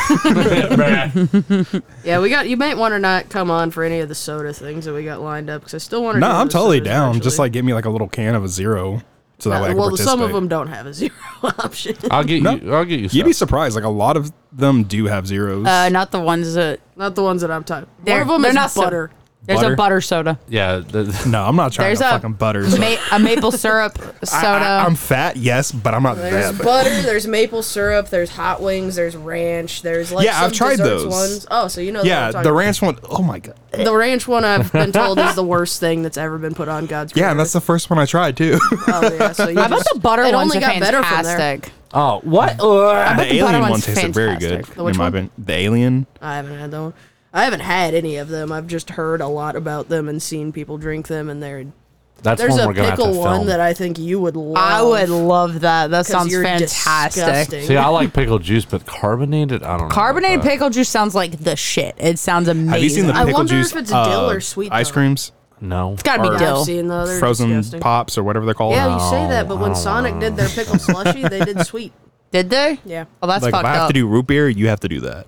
Speaker 7: Bruh.
Speaker 4: Yeah, we got. You might want to not come on for any of the soda things that we got lined up because I still want to.
Speaker 3: no, I'm totally down. Just like get me like a little can of a zero. So that way I can
Speaker 4: Uh, well, some of
Speaker 3: participate.
Speaker 4: them don't have a *laughs* zero option.
Speaker 7: I'll get
Speaker 3: No.
Speaker 7: you. I'll get you.
Speaker 3: You'd be
Speaker 7: Stuff.
Speaker 3: surprised. Like a lot of them do have zeros.
Speaker 2: uh, not the ones that
Speaker 4: Not the ones that I'm talking.
Speaker 2: They're-
Speaker 4: One of them
Speaker 2: they're
Speaker 4: is
Speaker 2: not so-
Speaker 4: butter.
Speaker 2: there's
Speaker 3: Butter?
Speaker 2: a butter soda,
Speaker 7: Yeah. the-
Speaker 3: *laughs*
Speaker 7: the-
Speaker 3: no, I'm not trying
Speaker 2: there's
Speaker 3: to
Speaker 2: a-
Speaker 3: fucking butter. so-
Speaker 2: *laughs* Ma- a maple syrup soda.
Speaker 3: *laughs* I, am fat, yes, but I'm not
Speaker 4: There's
Speaker 3: that. bad.
Speaker 4: butter. There's maple syrup. There's hot wings. There's ranch. There's like
Speaker 3: Yeah,
Speaker 4: some
Speaker 3: I've tried
Speaker 4: desserts
Speaker 3: those.
Speaker 4: ones. Oh, so you know.
Speaker 3: yeah,
Speaker 4: the,
Speaker 3: the ranch one oh my god.
Speaker 4: the ranch one I've been told is the worst thing that's ever been put on God's.
Speaker 3: Yeah, and that's
Speaker 4: creator.
Speaker 3: the first one I tried too. *laughs*
Speaker 4: Oh, yeah, so you
Speaker 2: How about
Speaker 4: just-
Speaker 2: the butter
Speaker 4: it
Speaker 2: ones
Speaker 4: only
Speaker 2: are
Speaker 4: got better from there.
Speaker 2: fantastic.
Speaker 7: oh, what?
Speaker 2: the
Speaker 3: the
Speaker 2: butter
Speaker 3: alien one
Speaker 2: one's
Speaker 3: tasted very good.
Speaker 2: fantastic.
Speaker 4: The which
Speaker 3: in my
Speaker 4: one?
Speaker 3: opinion. The alien.
Speaker 4: I haven't had that one. I haven't had any of them. I've just heard a lot about them and seen people drink them, and they're
Speaker 7: *laughs* That's
Speaker 4: There's
Speaker 7: one
Speaker 4: a
Speaker 7: we're gonna have to
Speaker 4: pickle
Speaker 7: film.
Speaker 4: one that I think you would love.
Speaker 2: I would love that. That
Speaker 4: 'cause
Speaker 2: sounds
Speaker 4: you're
Speaker 2: fantastic.
Speaker 4: disgusting.
Speaker 7: See, I like pickle juice, but carbonated, I don't know. about
Speaker 2: Carbonated
Speaker 7: that.
Speaker 2: pickle juice sounds like the shit. It sounds amazing.
Speaker 3: Have you seen the
Speaker 4: I
Speaker 3: pickle
Speaker 4: wonder if
Speaker 3: juice? uh,
Speaker 4: it's dill or sweet
Speaker 3: ice
Speaker 4: dill.
Speaker 3: creams,
Speaker 7: No.
Speaker 2: it's gotta
Speaker 3: or-
Speaker 2: be
Speaker 4: Yeah,
Speaker 2: dill.
Speaker 4: I've seen those. Oh, They're
Speaker 3: frozen
Speaker 4: disgusting.
Speaker 3: pops, or whatever they're called.
Speaker 4: Yeah, you say that, but
Speaker 7: I
Speaker 4: when
Speaker 7: don't
Speaker 4: Sonic did their
Speaker 7: *laughs*
Speaker 4: pickle slushy, they did sweet.
Speaker 2: Did they?
Speaker 4: Yeah,
Speaker 2: Well, that's
Speaker 3: like if
Speaker 2: fucked
Speaker 3: I have
Speaker 2: up.
Speaker 3: to do root beer, you have to do that.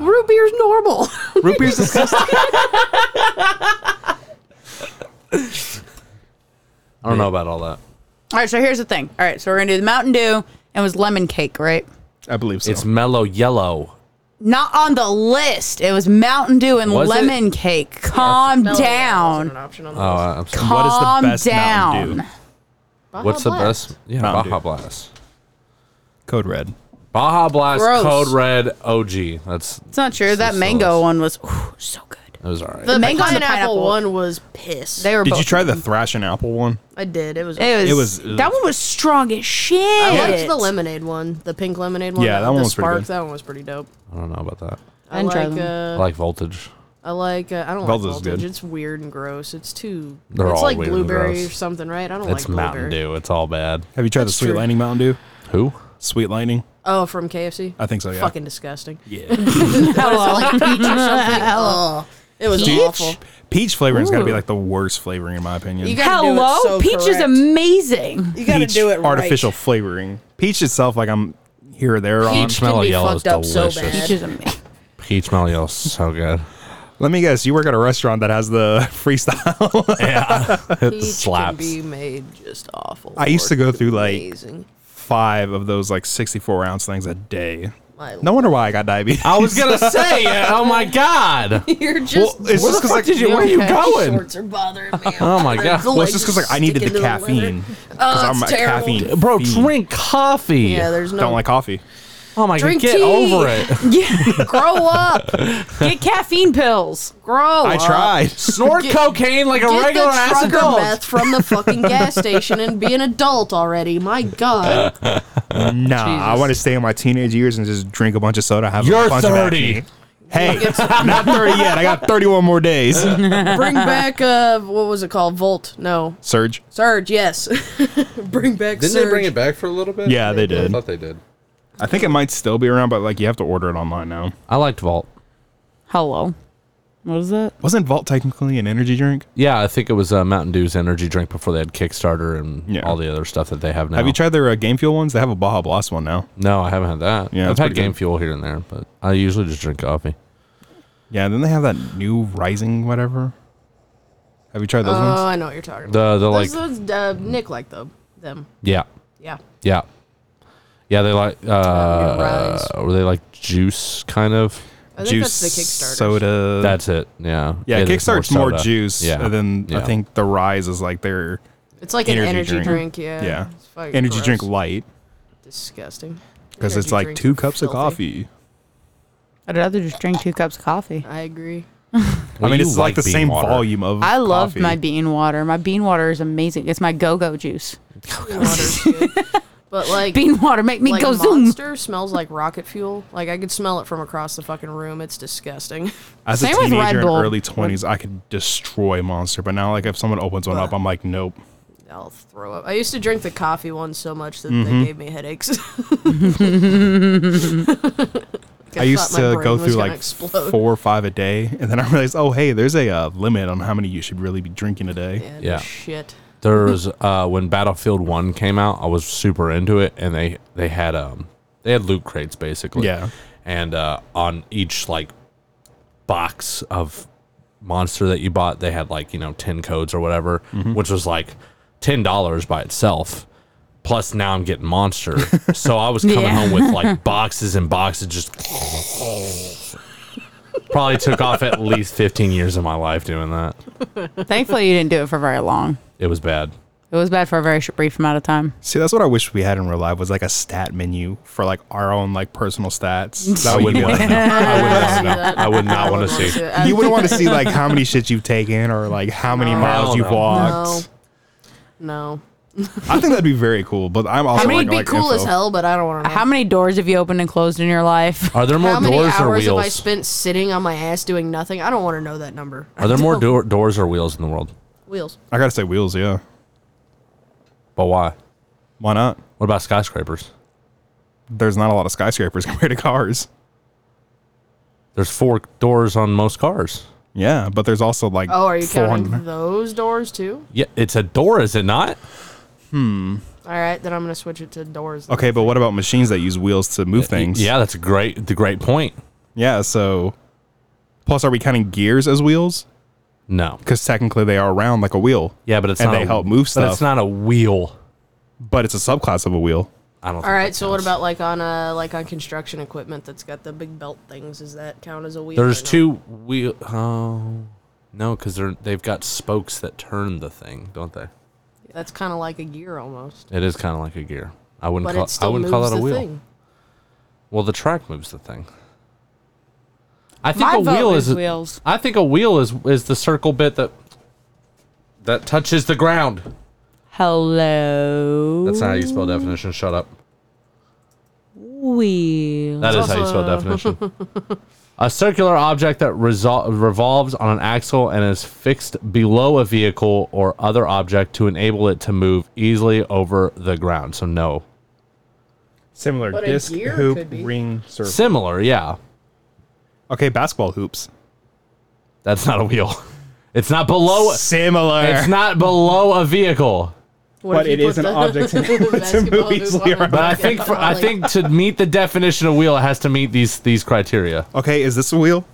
Speaker 4: root beer's *laughs* normal.
Speaker 3: Root beer's disgusting.
Speaker 7: I don't know about all that.
Speaker 2: All right, so here's the thing. All right, so we're gonna do the Mountain Dew and it was lemon cake, right?
Speaker 3: I believe so.
Speaker 7: It's mellow yellow.
Speaker 2: Not on the list. It was Mountain Dew and
Speaker 7: Was it?
Speaker 2: lemon cake. Calm
Speaker 4: Wasn't
Speaker 2: down.
Speaker 4: an option on the
Speaker 7: Oh,
Speaker 4: list.
Speaker 7: I'm sorry.
Speaker 2: Calm
Speaker 3: What is the best
Speaker 2: down.
Speaker 3: Mountain Dew?
Speaker 4: Baja
Speaker 7: uh, What's the
Speaker 4: Blast.
Speaker 7: best? Yeah,
Speaker 3: Mountain
Speaker 7: Baja
Speaker 3: Dew.
Speaker 7: Blast.
Speaker 3: Code red.
Speaker 7: Baja Blast
Speaker 4: Gross.
Speaker 7: Code Red OG. That's
Speaker 2: It's not true. That
Speaker 7: so
Speaker 2: mango
Speaker 7: gross.
Speaker 2: one was ooh, so good.
Speaker 7: that was all right.
Speaker 4: The
Speaker 2: mango
Speaker 4: pineapple,
Speaker 2: and the pineapple.
Speaker 4: one was piss.
Speaker 2: They were.
Speaker 3: Did
Speaker 2: both
Speaker 3: you try the thrash and apple one?
Speaker 4: I did. It was.
Speaker 2: It was,
Speaker 3: It was- uh,
Speaker 2: that one was strong as shit.
Speaker 4: I liked the lemonade one, the pink lemonade one.
Speaker 3: Yeah, that one
Speaker 4: the
Speaker 3: was pretty
Speaker 4: spark.
Speaker 3: good.
Speaker 4: That one was pretty dope.
Speaker 7: I don't know about that.
Speaker 4: I,
Speaker 2: didn't try
Speaker 4: like.
Speaker 7: I
Speaker 4: Uh,
Speaker 7: like voltage.
Speaker 4: I like. Uh, I don't
Speaker 3: Velda's
Speaker 4: like
Speaker 3: is
Speaker 4: voltage.
Speaker 3: good.
Speaker 4: It's weird and gross. It's too.
Speaker 7: They're
Speaker 4: it's
Speaker 7: all
Speaker 4: like
Speaker 7: weird and
Speaker 4: blueberry
Speaker 7: gross.
Speaker 4: or something, right? I don't
Speaker 7: It's
Speaker 4: like blueberry.
Speaker 7: Mountain Dew. It's all bad.
Speaker 3: Have you tried
Speaker 4: That's
Speaker 3: the sweet
Speaker 4: true.
Speaker 3: lightning Mountain Dew?
Speaker 7: Who?
Speaker 3: Sweet lightning.
Speaker 4: Oh, from KFC.
Speaker 3: I think so. Yeah.
Speaker 4: Fucking disgusting. *laughs* Yeah.
Speaker 2: Hello.
Speaker 4: *laughs* Oh, it was
Speaker 2: Peach?
Speaker 4: awful.
Speaker 3: Peach flavoring's got to be like the worst flavoring in my opinion.
Speaker 4: You gotta do
Speaker 2: Hello.
Speaker 4: it so
Speaker 2: Peach is
Speaker 4: correct.
Speaker 2: amazing.
Speaker 4: You gotta
Speaker 3: Peach
Speaker 4: do it right.
Speaker 3: artificial flavoring. Peach itself, like I'm here or there on.
Speaker 7: Peach mellow
Speaker 4: be
Speaker 7: yellow is
Speaker 4: fucked up so
Speaker 7: delicious.
Speaker 4: bad.
Speaker 2: Peach is amazing.
Speaker 7: Peach mellow yellow is so good. *laughs*
Speaker 3: Let me guess, you work at a restaurant that has the *laughs* freestyle. *laughs*
Speaker 7: It
Speaker 4: Peach can
Speaker 7: slaps.
Speaker 4: be made just awful.
Speaker 3: I used to
Speaker 4: or
Speaker 3: go through like
Speaker 4: amazing.
Speaker 3: five of those like 64 ounce things a day.
Speaker 4: My
Speaker 3: No wonder why I got diabetes.
Speaker 7: I was gonna say, oh
Speaker 4: *laughs*
Speaker 7: my god.
Speaker 4: You're
Speaker 3: *laughs*
Speaker 4: just.
Speaker 3: Well, it's just because like,
Speaker 7: did you? Where are you going?
Speaker 4: Shorts are bothering
Speaker 3: *laughs*
Speaker 4: me.
Speaker 7: Oh my god.
Speaker 3: well, it's just 'cause, like I needed the
Speaker 4: Sticking to the
Speaker 3: caffeine. 'Cause
Speaker 4: leather. Oh, it's
Speaker 3: a
Speaker 4: terrible.
Speaker 3: caffeine
Speaker 7: Bro,
Speaker 3: fiend.
Speaker 7: drink coffee.
Speaker 4: Yeah, there's no.
Speaker 3: Don't
Speaker 4: *laughs*
Speaker 3: like *laughs* coffee.
Speaker 7: oh my god,
Speaker 4: Drink
Speaker 7: get
Speaker 4: tea.
Speaker 7: over
Speaker 4: *laughs*
Speaker 7: it.
Speaker 4: Grow
Speaker 3: *laughs*
Speaker 4: up.
Speaker 2: Get caffeine pills.
Speaker 4: Grow.
Speaker 3: I
Speaker 4: up.
Speaker 3: tried.
Speaker 7: Snort cocaine like a
Speaker 4: Get
Speaker 7: regular
Speaker 4: the
Speaker 7: ass
Speaker 4: trucker
Speaker 7: adult.
Speaker 4: meth from the fucking
Speaker 7: *laughs*
Speaker 4: gas station and be an adult already. My God.
Speaker 3: nah, I want to stay in my teenage years and just drink a bunch of soda. Have
Speaker 7: You're
Speaker 3: a bunch
Speaker 7: 30.
Speaker 3: Of hey, *laughs* not 30 yet. I got 31 more
Speaker 4: *laughs*
Speaker 3: days.
Speaker 4: Bring back uh, what was it called? Volt? No,
Speaker 3: Surge.
Speaker 4: Surge. Yes. *laughs* bring back.
Speaker 8: Didn't
Speaker 4: Surge.
Speaker 8: they bring it back for a little
Speaker 7: *laughs*
Speaker 8: bit?
Speaker 3: Yeah, they
Speaker 8: I
Speaker 3: did.
Speaker 8: thought they did.
Speaker 3: I think it might still be around, but like you have to order it online now.
Speaker 7: I liked Vault.
Speaker 2: Hello. What is that?
Speaker 3: Wasn't Vault technically an energy drink?
Speaker 7: Yeah, I think it was uh, Mountain Dew's energy drink before they had Kickstarter and
Speaker 3: Yeah.
Speaker 7: all the other stuff that they have now.
Speaker 3: Have you tried their uh, Game Fuel ones? They have a Baja Blast one now.
Speaker 7: No, I haven't had that.
Speaker 3: Yeah,
Speaker 7: I've
Speaker 3: it's
Speaker 7: had
Speaker 3: pretty
Speaker 7: Game
Speaker 3: good.
Speaker 7: Fuel here and there, but I usually just drink coffee.
Speaker 3: Yeah, then they have that new Rising whatever. Have you tried those
Speaker 4: Oh,
Speaker 3: ones?
Speaker 4: I know what you're talking about.
Speaker 7: The the like
Speaker 4: Those- those, uh, Nick like though them.
Speaker 7: yeah
Speaker 4: Yeah.
Speaker 7: yeah yeah they like uh,
Speaker 4: rise.
Speaker 7: were they like juice kind of
Speaker 4: I think that's the Kickstarter.
Speaker 3: soda.
Speaker 7: that's it yeah
Speaker 3: yeah,
Speaker 7: there's
Speaker 3: Kickstarter's more,
Speaker 7: soda.
Speaker 3: juice.
Speaker 7: yeah
Speaker 3: And then I
Speaker 7: yeah.
Speaker 3: think the Rise is like their
Speaker 4: It's like an energy drink. yeah.
Speaker 3: yeah,
Speaker 4: It's fucking
Speaker 3: energy
Speaker 4: gross.
Speaker 3: drink light
Speaker 4: Disgusting.
Speaker 3: because
Speaker 4: Energy
Speaker 3: it's like
Speaker 4: drinks
Speaker 3: two
Speaker 4: are
Speaker 3: cups of
Speaker 4: filthy.
Speaker 3: coffee.
Speaker 2: I'd rather just drink two cups of coffee.
Speaker 4: I agree.
Speaker 7: Well,
Speaker 3: I mean,
Speaker 7: you
Speaker 3: it's like the
Speaker 7: bean
Speaker 3: same
Speaker 7: water.
Speaker 3: volume of.
Speaker 2: I love
Speaker 3: coffee.
Speaker 2: my bean water. My bean water is amazing. It's my go-go juice.
Speaker 4: Water's good. But like
Speaker 2: Bean water make me
Speaker 4: like
Speaker 2: go zoom.
Speaker 4: monster smells like rocket fuel. Like I could smell it from across the fucking room. It's disgusting. *laughs*
Speaker 3: As
Speaker 2: Same
Speaker 3: a
Speaker 2: with Red
Speaker 3: teenager in
Speaker 2: Bull.
Speaker 3: early twenties, I could destroy Monster, but now like if someone opens one up, I'm like, nope.
Speaker 4: I'll throw up. I used to drink the coffee one so much that
Speaker 7: Mm-hmm.
Speaker 4: they gave me headaches. *laughs*
Speaker 3: I used
Speaker 4: thought my
Speaker 3: to
Speaker 4: brain
Speaker 3: go
Speaker 4: was
Speaker 3: through
Speaker 4: gonna
Speaker 3: like
Speaker 4: explode.
Speaker 3: four or five a day, *laughs* and then I realized, oh hey, there's a uh, limit on how many you should really be drinking a day.
Speaker 4: And
Speaker 7: Yeah.
Speaker 4: Shit.
Speaker 7: There was uh, when Battlefield One came out, I was super into it, and they they had um they had loot crates basically.
Speaker 3: Yeah.
Speaker 7: And uh, on each like box of monster that you bought, they had like you know ten codes or whatever, which was like ten dollars by itself. Plus now I'm getting monster, so I was coming
Speaker 2: Yeah.
Speaker 7: home with like boxes and boxes just. *laughs* Probably took off at least 15 years of my life doing that.
Speaker 2: *laughs* Thankfully, you didn't do it for very long.
Speaker 7: It was bad.
Speaker 2: It was bad for a very sh- brief amount of time.
Speaker 3: See, that's what I wish we had in real life was like a stat menu for like our own like personal
Speaker 4: *laughs*
Speaker 3: stats. That
Speaker 7: I
Speaker 3: would
Speaker 7: wouldn't
Speaker 3: be
Speaker 7: want to
Speaker 3: like,
Speaker 7: know. I wouldn't want to
Speaker 4: See *laughs*
Speaker 7: know.
Speaker 4: that?
Speaker 7: I would not want to
Speaker 4: wouldn't
Speaker 7: see.
Speaker 4: wanna
Speaker 3: *laughs*
Speaker 4: it.
Speaker 3: you would want to see like how many shits you've taken or like how many miles
Speaker 7: Hell
Speaker 3: you've
Speaker 7: no.
Speaker 4: No.
Speaker 3: walked.
Speaker 4: No.
Speaker 3: I think that'd be very cool, but I'm also
Speaker 4: I mean,
Speaker 3: like,
Speaker 4: it'd be
Speaker 3: like
Speaker 4: cool as
Speaker 3: info.
Speaker 4: hell, but I don't want to know.
Speaker 2: How many doors have you opened and closed in your life? *laughs*
Speaker 7: Are there more
Speaker 4: How many
Speaker 7: doors or
Speaker 4: hours have I
Speaker 7: wheels?
Speaker 4: spent sitting on my ass doing nothing? I don't want to know that number.
Speaker 7: Are there more door, doors or wheels in the world?
Speaker 4: *laughs* Wheels.
Speaker 3: I gotta say wheels, yeah.
Speaker 7: But why?
Speaker 3: Why not?
Speaker 7: What about skyscrapers?
Speaker 3: There's not a lot of skyscrapers *laughs* compared to cars.
Speaker 7: There's four doors on most cars.
Speaker 3: Yeah, but there's also like
Speaker 4: Oh, are you
Speaker 3: 400
Speaker 4: counting those doors too?
Speaker 7: Yeah, it's a door, is it not?
Speaker 4: All right, then I'm gonna switch it to doors.
Speaker 3: Okay, but what about machines that use wheels to move things?
Speaker 7: Yeah, that's a great the great point.
Speaker 3: Yeah, so plus are we counting gears as wheels?
Speaker 7: No.
Speaker 3: Because technically they are round like a wheel.
Speaker 7: Yeah, but it's
Speaker 3: And
Speaker 7: not
Speaker 3: they
Speaker 7: a,
Speaker 3: help move
Speaker 7: But it's
Speaker 3: stuff.
Speaker 7: not a wheel.
Speaker 3: But it's a subclass of a wheel.
Speaker 7: I don't.
Speaker 4: All right, so what about like on uh like on construction equipment that's got the big belt things? Does that count as a wheel?
Speaker 7: There's
Speaker 4: or no?
Speaker 7: two wheel. Oh no, because they're they've got spokes that turn the thing, don't they?
Speaker 4: That's kind of like a gear almost,
Speaker 7: It is kind of like a gear. I wouldn't
Speaker 4: but
Speaker 7: call.
Speaker 4: it still
Speaker 7: I
Speaker 4: moves
Speaker 7: wouldn't call that a
Speaker 4: the
Speaker 7: wheel.
Speaker 4: thing.
Speaker 7: Well, the track moves the thing. I think
Speaker 2: My
Speaker 7: a
Speaker 2: vote
Speaker 7: wheel
Speaker 2: is
Speaker 7: is,
Speaker 2: wheels.
Speaker 7: I think a wheel is is the circle bit that that touches the ground.
Speaker 2: Hello,
Speaker 7: That's not how you spell definition. Shut up.
Speaker 2: wheel.
Speaker 7: That is how you spell definition. a circular object that resol- revolves on an axle and is fixed below a vehicle or other object to enable it to move easily over the ground. So no.
Speaker 3: Similar
Speaker 4: But a disc, gear hoop, could be.
Speaker 3: ring surface.
Speaker 7: Similar, yeah.
Speaker 3: Okay, basketball hoops.
Speaker 7: That's not a wheel. It's not
Speaker 4: Oh,
Speaker 7: below
Speaker 3: Similar.
Speaker 7: it's not below a vehicle.
Speaker 4: What if
Speaker 3: But
Speaker 4: you
Speaker 3: it
Speaker 4: put
Speaker 3: is an
Speaker 4: the
Speaker 3: object *laughs* and it moves
Speaker 4: basketball hoop
Speaker 3: easily
Speaker 4: on a
Speaker 3: around.
Speaker 7: But I
Speaker 4: bucket?
Speaker 7: think for, I
Speaker 4: Like,
Speaker 7: think to meet the definition of wheel, it has to meet these these criteria.
Speaker 3: okay, is this a wheel?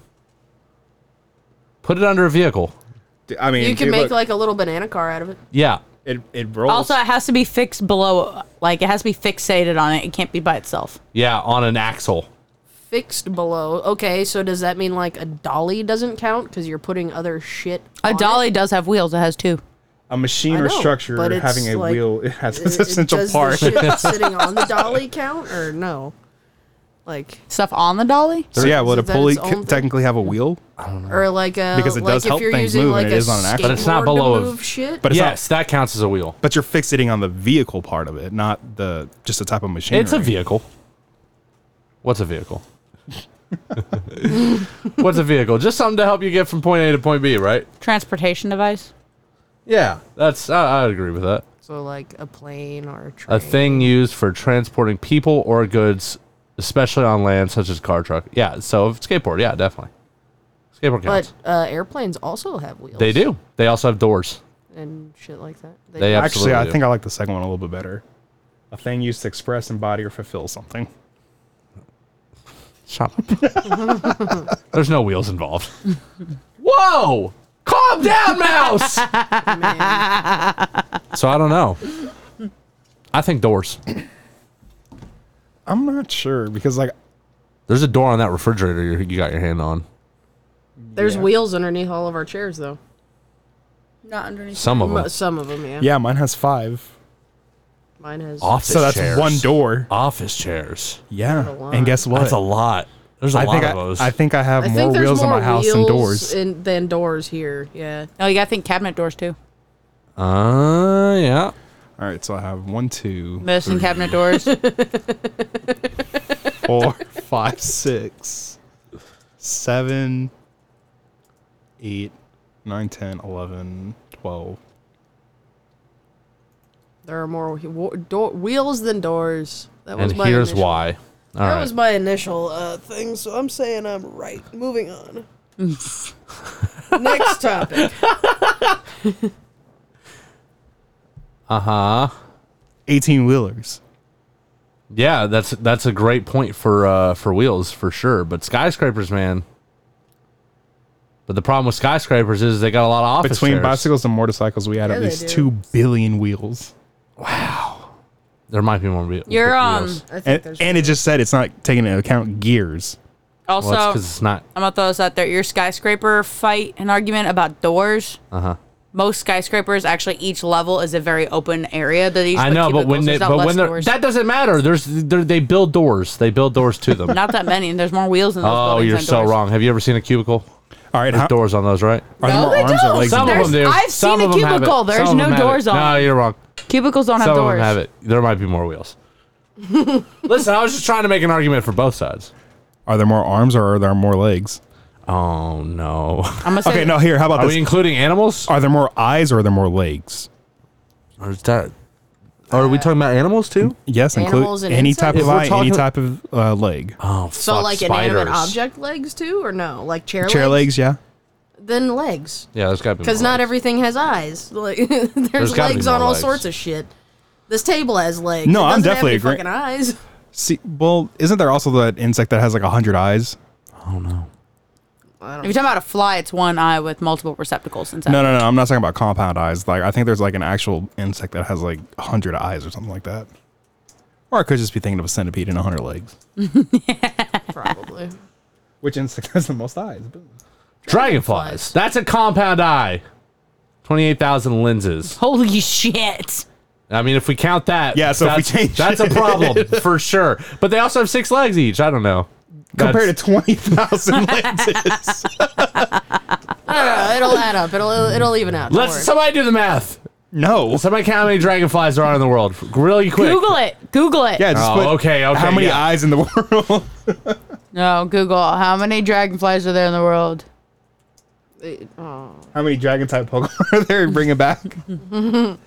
Speaker 7: Put it under a vehicle.
Speaker 3: D- I mean,
Speaker 4: *laughs* you can
Speaker 3: dude,
Speaker 4: make
Speaker 3: look,
Speaker 4: like a little banana car out of it.
Speaker 7: Yeah,
Speaker 3: it, it rolls.
Speaker 2: Also, it has to be fixed below. Like it has to be fixated on it. It can't be by itself.
Speaker 7: yeah, on an axle.
Speaker 4: Fixed below. Okay, so does that mean like a dolly doesn't count because you're putting other shit?
Speaker 2: A
Speaker 4: on
Speaker 2: dolly
Speaker 4: It?
Speaker 2: does have wheels. It has two.
Speaker 3: a machine or
Speaker 4: I know,
Speaker 3: structure
Speaker 4: but it's
Speaker 3: having a
Speaker 4: like-
Speaker 3: wheel it has *laughs*
Speaker 4: It-
Speaker 3: its
Speaker 4: it-
Speaker 3: essential
Speaker 4: does the
Speaker 3: part.
Speaker 4: shit
Speaker 7: *laughs*
Speaker 4: that's sitting on the dolly count or no? Like
Speaker 2: Stuff on the dolly.
Speaker 3: So yeah, would a
Speaker 4: Is that
Speaker 3: pulley
Speaker 4: its own
Speaker 3: c-
Speaker 4: thing?
Speaker 3: technically have a wheel?
Speaker 4: or like a
Speaker 3: Because it
Speaker 4: like
Speaker 3: does
Speaker 4: if
Speaker 3: help
Speaker 4: you're
Speaker 3: things
Speaker 4: using
Speaker 3: move and
Speaker 4: like
Speaker 3: it
Speaker 4: a
Speaker 3: is on an axle.
Speaker 7: But it's not
Speaker 4: skateboard to
Speaker 7: below a-
Speaker 4: move shit.
Speaker 3: But it's
Speaker 7: yes, that counts as a wheel.
Speaker 3: But you're fixating on the vehicle part of it, not the just the type of machine.
Speaker 7: It's a vehicle. What's
Speaker 3: *laughs*
Speaker 7: a vehicle? What's a vehicle? Just something to help you get from point A to point B, right?
Speaker 2: Transportation device.
Speaker 7: Yeah, that's I, I agree with that.
Speaker 4: so like a plane or a train.
Speaker 7: A thing used for transporting people or goods, especially on land, such as car, truck. Yeah, so skateboard. Yeah, definitely. Skateboard counts.
Speaker 4: But uh, airplanes also have wheels.
Speaker 7: they do. They also have doors.
Speaker 4: and shit like that.
Speaker 7: They
Speaker 4: do.
Speaker 7: have-
Speaker 3: Actually, I
Speaker 7: Absolutely.
Speaker 3: think I like the second one a little bit better. A thing used to express, embody, or fulfill something.
Speaker 7: Shut up. *laughs* There's no wheels involved. Whoa! Calm down, mouse! so I don't know. I think doors.
Speaker 3: I'm not sure because like
Speaker 7: There's a door on that refrigerator you you got your hand on.
Speaker 4: There's wheels underneath all of our chairs though.
Speaker 2: Not underneath.
Speaker 7: Some of
Speaker 4: Mo-
Speaker 7: them.
Speaker 4: Some of them, yeah.
Speaker 3: yeah, mine has five,
Speaker 4: Mine has.
Speaker 7: Office
Speaker 3: so that's
Speaker 7: chairs.
Speaker 3: one door.
Speaker 7: Office chairs.
Speaker 3: Yeah,
Speaker 4: lot.
Speaker 3: and guess what?
Speaker 7: That's a lot. There's a
Speaker 3: I
Speaker 7: lot
Speaker 3: think
Speaker 7: of
Speaker 3: I,
Speaker 7: those.
Speaker 3: I think I have
Speaker 4: I think
Speaker 3: more
Speaker 4: there's
Speaker 3: wheels in
Speaker 4: more
Speaker 3: my house than
Speaker 4: wheels
Speaker 3: doors.
Speaker 4: in- than doors here. Yeah.
Speaker 2: Oh, you gotta think cabinet doors too.
Speaker 7: uh, yeah.
Speaker 3: All right, so I have one, two,
Speaker 2: Medicine cabinet *laughs* doors.
Speaker 3: four, *laughs* five, six, seven, eight, nine, ten, eleven, twelve.
Speaker 4: There are more whe- wo- door- wheels than doors. That was
Speaker 7: and
Speaker 4: my
Speaker 7: here's
Speaker 4: initial-
Speaker 7: why. All
Speaker 4: That
Speaker 7: right.
Speaker 4: was my initial uh, thing, so I'm saying I'm right. Moving on. Next topic.
Speaker 7: uh huh.
Speaker 3: 18 wheelers.
Speaker 7: Yeah, that's that's a great point for uh, for wheels for sure. But skyscrapers, man. But the problem with skyscrapers is they got a lot of office
Speaker 3: Between
Speaker 7: chairs.
Speaker 3: bicycles and motorcycles, we had
Speaker 4: Yeah,
Speaker 3: at
Speaker 4: they
Speaker 3: least 2
Speaker 4: do.
Speaker 3: billion wheels.
Speaker 7: There might be more whe- wheels.
Speaker 2: You're, um,
Speaker 4: I think
Speaker 3: And,
Speaker 4: there's
Speaker 3: and it just said it's not taking into account gears.
Speaker 2: Also,
Speaker 7: Well, that's because it's not.
Speaker 2: I'm gonna throw this out there. Your skyscraper fight an argument about doors. Uh huh.
Speaker 7: Uh-huh.
Speaker 2: Most skyscrapers actually each level is a very open area that these.
Speaker 7: I
Speaker 2: like,
Speaker 7: know,
Speaker 2: keep
Speaker 7: but
Speaker 2: it
Speaker 7: when
Speaker 2: closed.
Speaker 7: they
Speaker 2: There's not
Speaker 7: but
Speaker 2: less
Speaker 7: when they're,
Speaker 2: doors.
Speaker 7: that doesn't matter. There's they're, they build doors. They build doors to them.
Speaker 2: *laughs* not that many, and there's more wheels in those
Speaker 7: oh,
Speaker 2: buildings
Speaker 7: you're
Speaker 2: than
Speaker 7: so
Speaker 2: doors.
Speaker 7: wrong. Have you ever seen a cubicle?
Speaker 3: All right, how, are
Speaker 7: Doors on those, right?
Speaker 3: there
Speaker 4: No,
Speaker 3: more
Speaker 4: they
Speaker 3: arms
Speaker 4: don't.
Speaker 3: or legs?
Speaker 7: Some
Speaker 3: than
Speaker 7: of
Speaker 3: doors?
Speaker 7: them do.
Speaker 2: I've
Speaker 7: Some
Speaker 2: seen a
Speaker 7: of them have it.
Speaker 2: cubicle. There's
Speaker 7: Some of
Speaker 2: no
Speaker 7: them have
Speaker 2: doors
Speaker 7: it.
Speaker 2: on
Speaker 7: No,
Speaker 2: it.
Speaker 7: you're wrong.
Speaker 2: Cubicles don't have
Speaker 7: Some of
Speaker 2: doors.
Speaker 7: them have it. There might be
Speaker 2: *laughs*
Speaker 7: more wheels. Listen, I was just trying to make an argument for both sides.
Speaker 3: Are there more arms or are there more legs?
Speaker 7: Oh no!
Speaker 2: I'm gonna say
Speaker 3: Okay, no, here, how about
Speaker 7: *laughs* Are we
Speaker 3: this?
Speaker 7: including animals?
Speaker 3: Are there more eyes or are there more legs?
Speaker 7: Or is that? Are we talking about animals too?
Speaker 3: Yes, include
Speaker 4: Animals and
Speaker 3: any type of
Speaker 7: insects? If we're
Speaker 3: eye, any
Speaker 7: talking-
Speaker 3: type of uh, leg.
Speaker 7: Oh,
Speaker 4: So
Speaker 7: fuck,
Speaker 4: like
Speaker 7: spiders.
Speaker 4: inanimate object legs too, or no? Like chair,
Speaker 3: Chair legs, yeah.
Speaker 4: Then legs.
Speaker 7: Yeah, there's got to be.
Speaker 4: Because
Speaker 7: more
Speaker 4: not
Speaker 7: legs.
Speaker 4: everything has eyes. *laughs* Like there's,
Speaker 7: There's gotta be
Speaker 4: legs on
Speaker 7: more
Speaker 4: all
Speaker 7: legs.
Speaker 4: sorts of shit. This table has legs.
Speaker 3: No,
Speaker 4: It
Speaker 3: I'm
Speaker 4: doesn't have
Speaker 3: definitely
Speaker 4: any
Speaker 3: agree-
Speaker 4: Fucking eyes.
Speaker 3: See, well, isn't there also that insect that has like a hundred eyes?
Speaker 2: if you're talking about a fly, it's one eye with multiple receptacles inside.
Speaker 3: No, no, no. I'm not talking about compound eyes. Like, I think there's like an actual insect that has like a hundred eyes or something like that. Or I could just be thinking of a centipede and a hundred legs.
Speaker 4: Probably.
Speaker 3: Which insect has the most eyes?
Speaker 7: Dragonflies. That's a compound eye. Twenty-eight thousand lenses.
Speaker 2: Holy shit!
Speaker 7: I mean, if we count that,
Speaker 3: Yeah, so if we
Speaker 7: that's,
Speaker 3: change
Speaker 7: that's a *laughs* problem for sure. But they also have six legs each. I don't know.
Speaker 3: Compared
Speaker 7: That's-
Speaker 3: to twenty
Speaker 7: *laughs*
Speaker 3: thousand lenses.
Speaker 4: Uh, it'll add up. It'll it'll even out. Don't
Speaker 7: let's
Speaker 4: worry.
Speaker 7: somebody do the math.
Speaker 3: no.
Speaker 7: Somebody count how many dragonflies there are in the world really quick.
Speaker 2: Google it. Google it.
Speaker 3: Yeah. Just
Speaker 7: Oh,
Speaker 3: put
Speaker 7: okay, okay,
Speaker 3: How many
Speaker 7: yeah.
Speaker 3: eyes in the *laughs* world?
Speaker 2: No, Google. How many dragonflies are there in the world?
Speaker 3: how many dragon type Pokemon are there? Bring it back.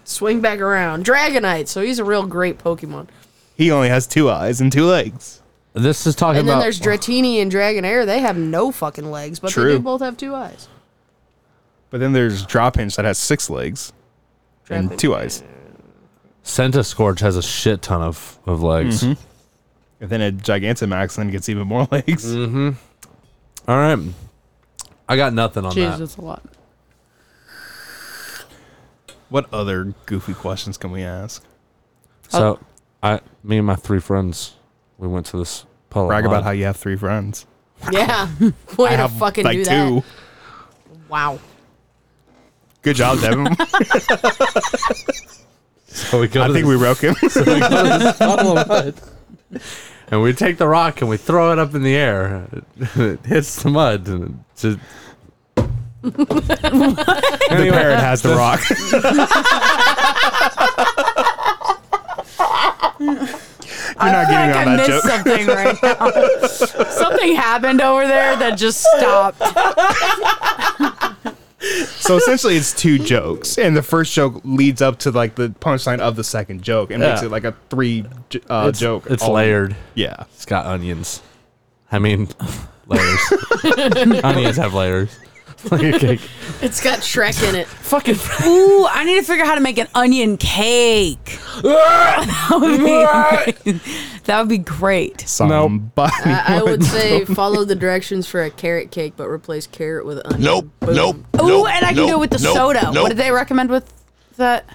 Speaker 4: Swing back around. Dragonite. So he's a real great Pokemon.
Speaker 3: He only has two eyes and two legs.
Speaker 7: This is talking
Speaker 4: And then
Speaker 7: about.
Speaker 4: there's Dratini and Dragonair. They have no fucking legs, but
Speaker 3: True.
Speaker 4: they do both have two eyes.
Speaker 3: But then there's Dropinch that has six legs and two eyes.
Speaker 7: Senta Scorch has a shit ton of, of legs.
Speaker 4: Mm-hmm.
Speaker 3: And then a Gigantamax then gets even more *laughs* legs.
Speaker 7: All right. I got nothing on
Speaker 2: Jeez,
Speaker 7: that.
Speaker 2: that's a lot.
Speaker 3: What other goofy questions can we ask?
Speaker 7: So, I, me and my three friends, we went to this polo.
Speaker 3: Brag about
Speaker 7: hunt.
Speaker 3: how you have three friends.
Speaker 4: Yeah. Way to fucking do that. Wow.
Speaker 3: Good
Speaker 4: *laughs*
Speaker 3: job, Devin.
Speaker 7: So we go
Speaker 3: I
Speaker 7: to
Speaker 3: think
Speaker 7: this-
Speaker 3: we broke him.
Speaker 7: we go to this polo hunt, and we take the rock and we throw it up in the air. *laughs* It hits the mud. And it's just,
Speaker 3: the parrot has the rock. You're not
Speaker 2: I
Speaker 3: getting
Speaker 2: feel like
Speaker 3: on
Speaker 2: I
Speaker 3: that
Speaker 2: missed
Speaker 3: joke.
Speaker 2: something right
Speaker 3: *laughs*
Speaker 2: now. *laughs* something happened over there that just stopped.
Speaker 3: *laughs* So essentially, it's *laughs* two jokes, and the first joke leads up to like the punchline of the second joke, and makes
Speaker 7: Yeah.
Speaker 3: it like a three j- uh,
Speaker 7: it's,
Speaker 3: joke.
Speaker 7: It's
Speaker 3: all-
Speaker 7: layered.
Speaker 3: Yeah.
Speaker 7: It's got onions. I mean, *laughs* layers. *laughs* onions have layers. Like a cake.
Speaker 4: It's got Shrek in it.
Speaker 7: Fucking.
Speaker 2: Ooh, I need to figure out how to make an onion cake. *laughs* that, would be, that would be great.
Speaker 3: Somebody.
Speaker 4: I, I would say follow the directions for a carrot cake, but replace carrot with onion.
Speaker 6: Nope,
Speaker 4: Boom.
Speaker 6: nope,
Speaker 2: Ooh,
Speaker 6: nope,
Speaker 2: and I can
Speaker 6: nope,
Speaker 2: do it with the
Speaker 6: nope,
Speaker 2: soda.
Speaker 6: nope.
Speaker 2: What did they recommend with that?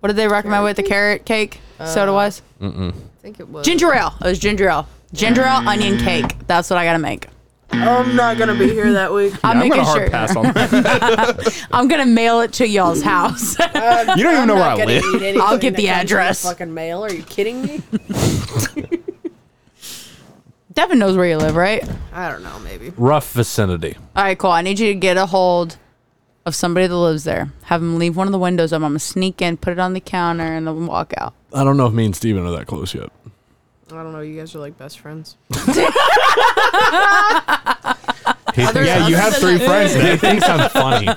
Speaker 2: What did they recommend with the carrot cake? Uh, soda wise?
Speaker 4: I think it was.
Speaker 2: Ginger ale. It was ginger ale. Ginger ale, onion cake. That's what I gotta make.
Speaker 4: I'm not gonna be here that *laughs* week.
Speaker 2: I'm
Speaker 3: I'm
Speaker 2: making
Speaker 3: gonna hard
Speaker 2: sure.
Speaker 3: pass on that.
Speaker 2: I'm gonna mail it to y'all's house. *laughs*
Speaker 3: You don't even know where I
Speaker 4: gonna
Speaker 3: live.
Speaker 4: eat anything
Speaker 2: I'll get
Speaker 4: that
Speaker 2: the
Speaker 4: comes in
Speaker 2: address.
Speaker 4: Fucking mail? Are you kidding me?
Speaker 2: Devin knows where you live, right?
Speaker 4: I don't know. Maybe.
Speaker 7: Rough vicinity.
Speaker 2: All right, cool. I need you to get a hold of somebody that lives there. Have them leave one of the windows up. I'm gonna sneak in, put it on the counter, and then walk out.
Speaker 7: I don't know if me and Steven are that close yet.
Speaker 4: I don't know. You guys are like best *laughs* friends.
Speaker 7: He,
Speaker 3: yeah, you have three friends.
Speaker 7: he thinks I'm *laughs* funny.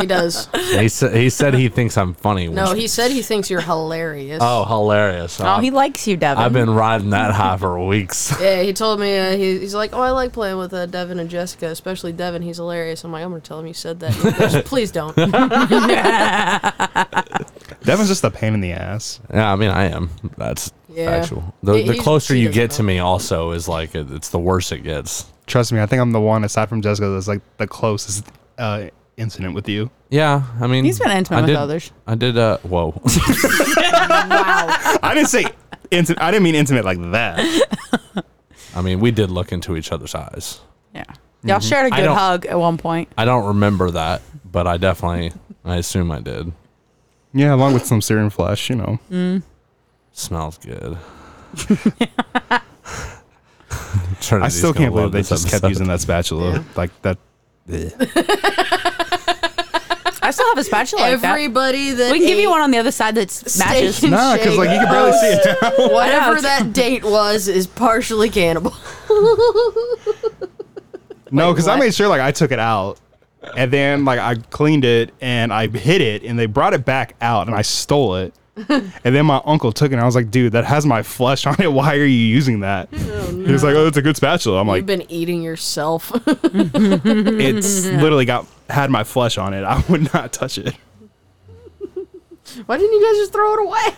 Speaker 4: He does.
Speaker 7: He, sa- he said he thinks I'm funny.
Speaker 4: No,
Speaker 7: which-
Speaker 4: he said he thinks you're hilarious.
Speaker 7: Oh, hilarious.
Speaker 2: Oh, he likes you, Devin.
Speaker 7: I've been riding that high for weeks.
Speaker 4: Yeah, he told me uh, he, he's like, oh, I like playing with uh, Devin and Jessica, especially Devin. He's hilarious. I'm like, I'm gonna tell him you said that. He goes,
Speaker 3: *laughs*
Speaker 4: Please don't.
Speaker 3: Devin's just a pain in the ass.
Speaker 7: Yeah, I mean, I am. That's
Speaker 4: Yeah.
Speaker 7: factual. The,
Speaker 4: He-
Speaker 7: the
Speaker 4: he's-
Speaker 7: closer
Speaker 4: he
Speaker 7: you
Speaker 4: doesn't
Speaker 7: get to
Speaker 4: know.
Speaker 7: me, also, is like it- it's the worse it gets.
Speaker 3: Trust me, I think I'm the one aside from Jessica that's like the closest uh, incident with you.
Speaker 7: Yeah, I mean,
Speaker 2: He's been intimate
Speaker 7: I
Speaker 2: with
Speaker 7: did-
Speaker 2: others.
Speaker 7: I did. Uh, whoa. *laughs*
Speaker 3: I didn't say intimate. I didn't mean intimate like that.
Speaker 7: I mean, we did look into each other's eyes.
Speaker 2: yeah. Y'all shared a
Speaker 7: I
Speaker 2: good
Speaker 7: don't-
Speaker 2: hug at one point.
Speaker 7: I don't remember that, but I definitely, I assume I did.
Speaker 3: Yeah, along with some serum flesh, you know.
Speaker 7: Smells good. *laughs* Trinity's
Speaker 3: I still
Speaker 7: gonna
Speaker 3: can't believe
Speaker 7: love
Speaker 3: they
Speaker 7: this
Speaker 3: just kept
Speaker 7: episode.
Speaker 3: using that spatula.
Speaker 4: Yeah.
Speaker 3: Like that.
Speaker 2: I still have a spatula like that.
Speaker 4: Everybody that
Speaker 2: We can give
Speaker 4: ate
Speaker 2: you one on the other side that matches.
Speaker 4: steak and
Speaker 3: Nah, because like you
Speaker 4: shake,
Speaker 3: can barely see it. Oh,
Speaker 4: *laughs* whatever that date was is partially cannibal.
Speaker 3: No, because I
Speaker 4: what?
Speaker 3: made sure like I took it out, and then like I cleaned it and I hid it, and they brought it back out, and I stole *laughs* it. and then my uncle took it, and I was like, "Dude, that has my flesh on it. Why are you using that?" He was like, "Oh, it's a good spatula." I'm
Speaker 4: You've
Speaker 3: like,
Speaker 4: been eating *laughs* yourself.
Speaker 3: *laughs* "It's literally got had my flesh on it. I would not touch it."
Speaker 4: Why didn't you guys just throw it away?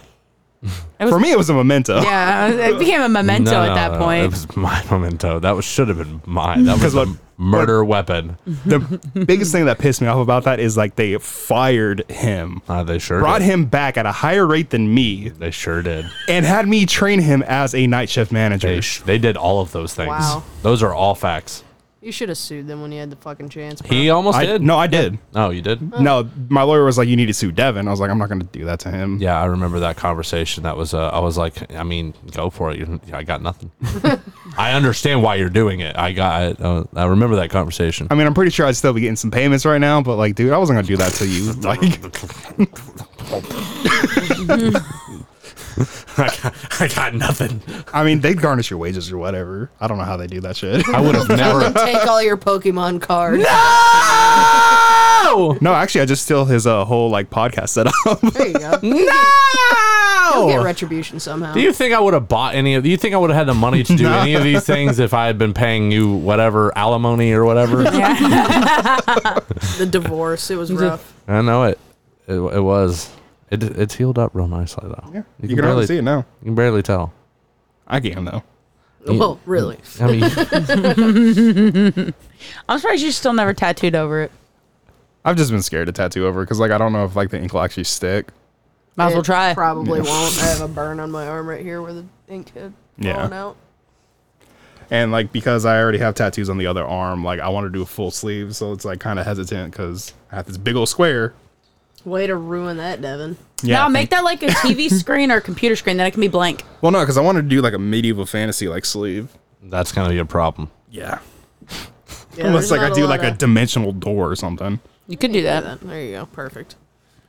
Speaker 3: For me, it was a memento.
Speaker 2: Yeah, it became a memento
Speaker 7: No,
Speaker 2: at
Speaker 7: no,
Speaker 2: that
Speaker 7: no,
Speaker 2: point.
Speaker 7: It was my *laughs* memento. That was should have been
Speaker 3: *laughs*
Speaker 7: mine. That was
Speaker 3: 'Cause
Speaker 7: a
Speaker 3: what-
Speaker 7: murder weapon.
Speaker 3: The biggest thing that pissed me off about that is like they fired him,
Speaker 7: Ah, they sure
Speaker 3: brought
Speaker 7: did.
Speaker 3: him back at a higher rate than me,
Speaker 7: They sure did.
Speaker 3: and had me train him as a night shift manager.
Speaker 7: They sh- they did all of those things.
Speaker 4: Wow.
Speaker 7: Those are all facts.
Speaker 4: You should have sued them when you had the fucking chance. Bro.
Speaker 7: He almost
Speaker 3: I
Speaker 7: did.
Speaker 3: No, I did.
Speaker 7: Oh, you did.
Speaker 3: No, my lawyer was like, "You need to sue Devin." I was like, "I'm not going to do that to him."
Speaker 7: Yeah, I remember that conversation. That was, uh, I was like, I mean, go for it. You- I
Speaker 4: *laughs*
Speaker 7: got nothing. I understand why you're doing it. I got, I, uh, I remember that conversation. *laughs*
Speaker 3: I mean, I'm pretty sure I'd still be getting some payments right now, but like, dude, I wasn't going to do that to
Speaker 7: *laughs*
Speaker 3: you. Like,
Speaker 7: I got, I got nothing.
Speaker 3: I mean, they'd garnish your wages or whatever. I don't know how they do that shit. *laughs*
Speaker 7: I would have *laughs* never.
Speaker 4: Take all your Pokemon cards.
Speaker 7: No!
Speaker 3: no, actually, I just steal his uh, whole like podcast setup. *laughs*
Speaker 4: There you go. You'll get
Speaker 7: No!
Speaker 4: retribution somehow.
Speaker 7: Do you think I would have bought any of? Do you think I would have had the money *laughs* to do any of these things if I had been paying you whatever alimony or whatever? *laughs*
Speaker 4: the divorce. It was rough.
Speaker 7: I know it. It, it was. It, it's healed up real nicely though. Yeah,
Speaker 3: you can hardly see it now.
Speaker 7: You can barely tell.
Speaker 3: I can though.
Speaker 7: Yeah.
Speaker 4: Well, really.
Speaker 7: I mean,
Speaker 2: I'm surprised you still never tattooed over it.
Speaker 3: I've just been scared to tattoo over because like I don't know if like the ink will actually stick.
Speaker 2: Might as well
Speaker 4: It
Speaker 2: try.
Speaker 4: Probably won't. I have a burn on my arm right here where the ink had
Speaker 3: Yeah.
Speaker 4: fallen out.
Speaker 3: And like because I already have tattoos on the other arm, like I want to do a full sleeve, so it's like kind of hesitant because I have this big old square.
Speaker 4: Way to ruin that, Devin.
Speaker 3: Yeah,
Speaker 2: no, make that like a
Speaker 3: *laughs*
Speaker 2: TV screen or a computer screen. Then it can be blank.
Speaker 3: Well, no, because I wanted to do like a medieval fantasy like sleeve.
Speaker 7: that's gonna be a problem.
Speaker 3: Yeah.
Speaker 4: Yeah,
Speaker 3: Unless
Speaker 4: there's
Speaker 3: like I
Speaker 4: not
Speaker 3: do
Speaker 4: lot
Speaker 3: like a
Speaker 4: of-
Speaker 3: dimensional door or something.
Speaker 2: You could do that.
Speaker 4: There you go. Perfect.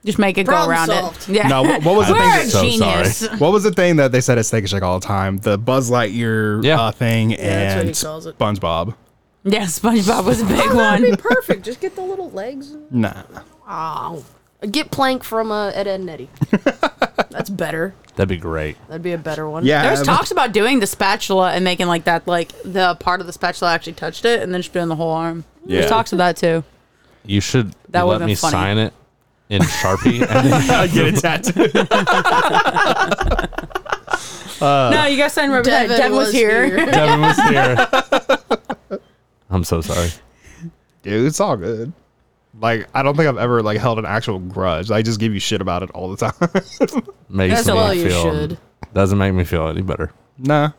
Speaker 2: Just make it go
Speaker 4: Problem
Speaker 2: around
Speaker 4: solved.
Speaker 2: it. Yeah.
Speaker 3: No, what, what was the
Speaker 2: We're
Speaker 3: thing?
Speaker 2: a
Speaker 3: That,
Speaker 7: so
Speaker 2: genius.
Speaker 3: *laughs* what was the thing that they said at Steak and Shake all the time? The Buzz Lightyear
Speaker 7: Yeah.
Speaker 3: uh, thing
Speaker 4: that's what
Speaker 3: and
Speaker 4: he calls it.
Speaker 3: SpongeBob.
Speaker 2: Yeah, SpongeBob was a big
Speaker 4: That'd
Speaker 2: one.
Speaker 4: be perfect. Just get the little legs.
Speaker 3: Nah,
Speaker 4: Oh. Get Plank from uh, Ed, Ed and Eddie. That's better.
Speaker 7: That'd be great.
Speaker 4: That'd be a better one.
Speaker 3: yeah, *laughs*
Speaker 2: There's talks about doing the spatula and making like that, like the part of the spatula actually touched it, and then just doing the whole arm.
Speaker 3: Yeah.
Speaker 2: There's talks of that too.
Speaker 7: You should
Speaker 2: That
Speaker 7: let
Speaker 2: would've
Speaker 7: me
Speaker 2: been funny.
Speaker 7: sign it in Sharpie. and then-
Speaker 3: I get a tattoo. Uh,
Speaker 2: no, you guys signed right Devin,
Speaker 4: Devin,
Speaker 2: Devin was, here.
Speaker 4: *laughs*
Speaker 7: Devin was here. I'm so sorry.
Speaker 3: Dude, it's all good. Like I don't think I've ever like held an actual grudge. I just give you shit about it all the *laughs* time.
Speaker 7: Makes
Speaker 4: That's
Speaker 7: me
Speaker 4: all you
Speaker 7: feel
Speaker 4: should.
Speaker 7: doesn't make me feel any better.
Speaker 3: nah,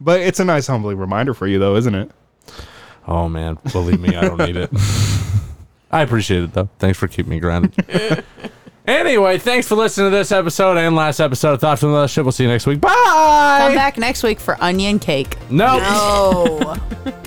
Speaker 3: but it's a nice humbling reminder for you though, isn't it?
Speaker 7: Oh man, believe me, I don't need *laughs* it. I appreciate it though. Thanks for keeping me grounded. *laughs* anyway, thanks for listening to this episode and last episode of Thoughts from the Mothership. We'll see you next week. Bye.
Speaker 2: Come back next week for onion cake.
Speaker 7: No.
Speaker 4: Oh.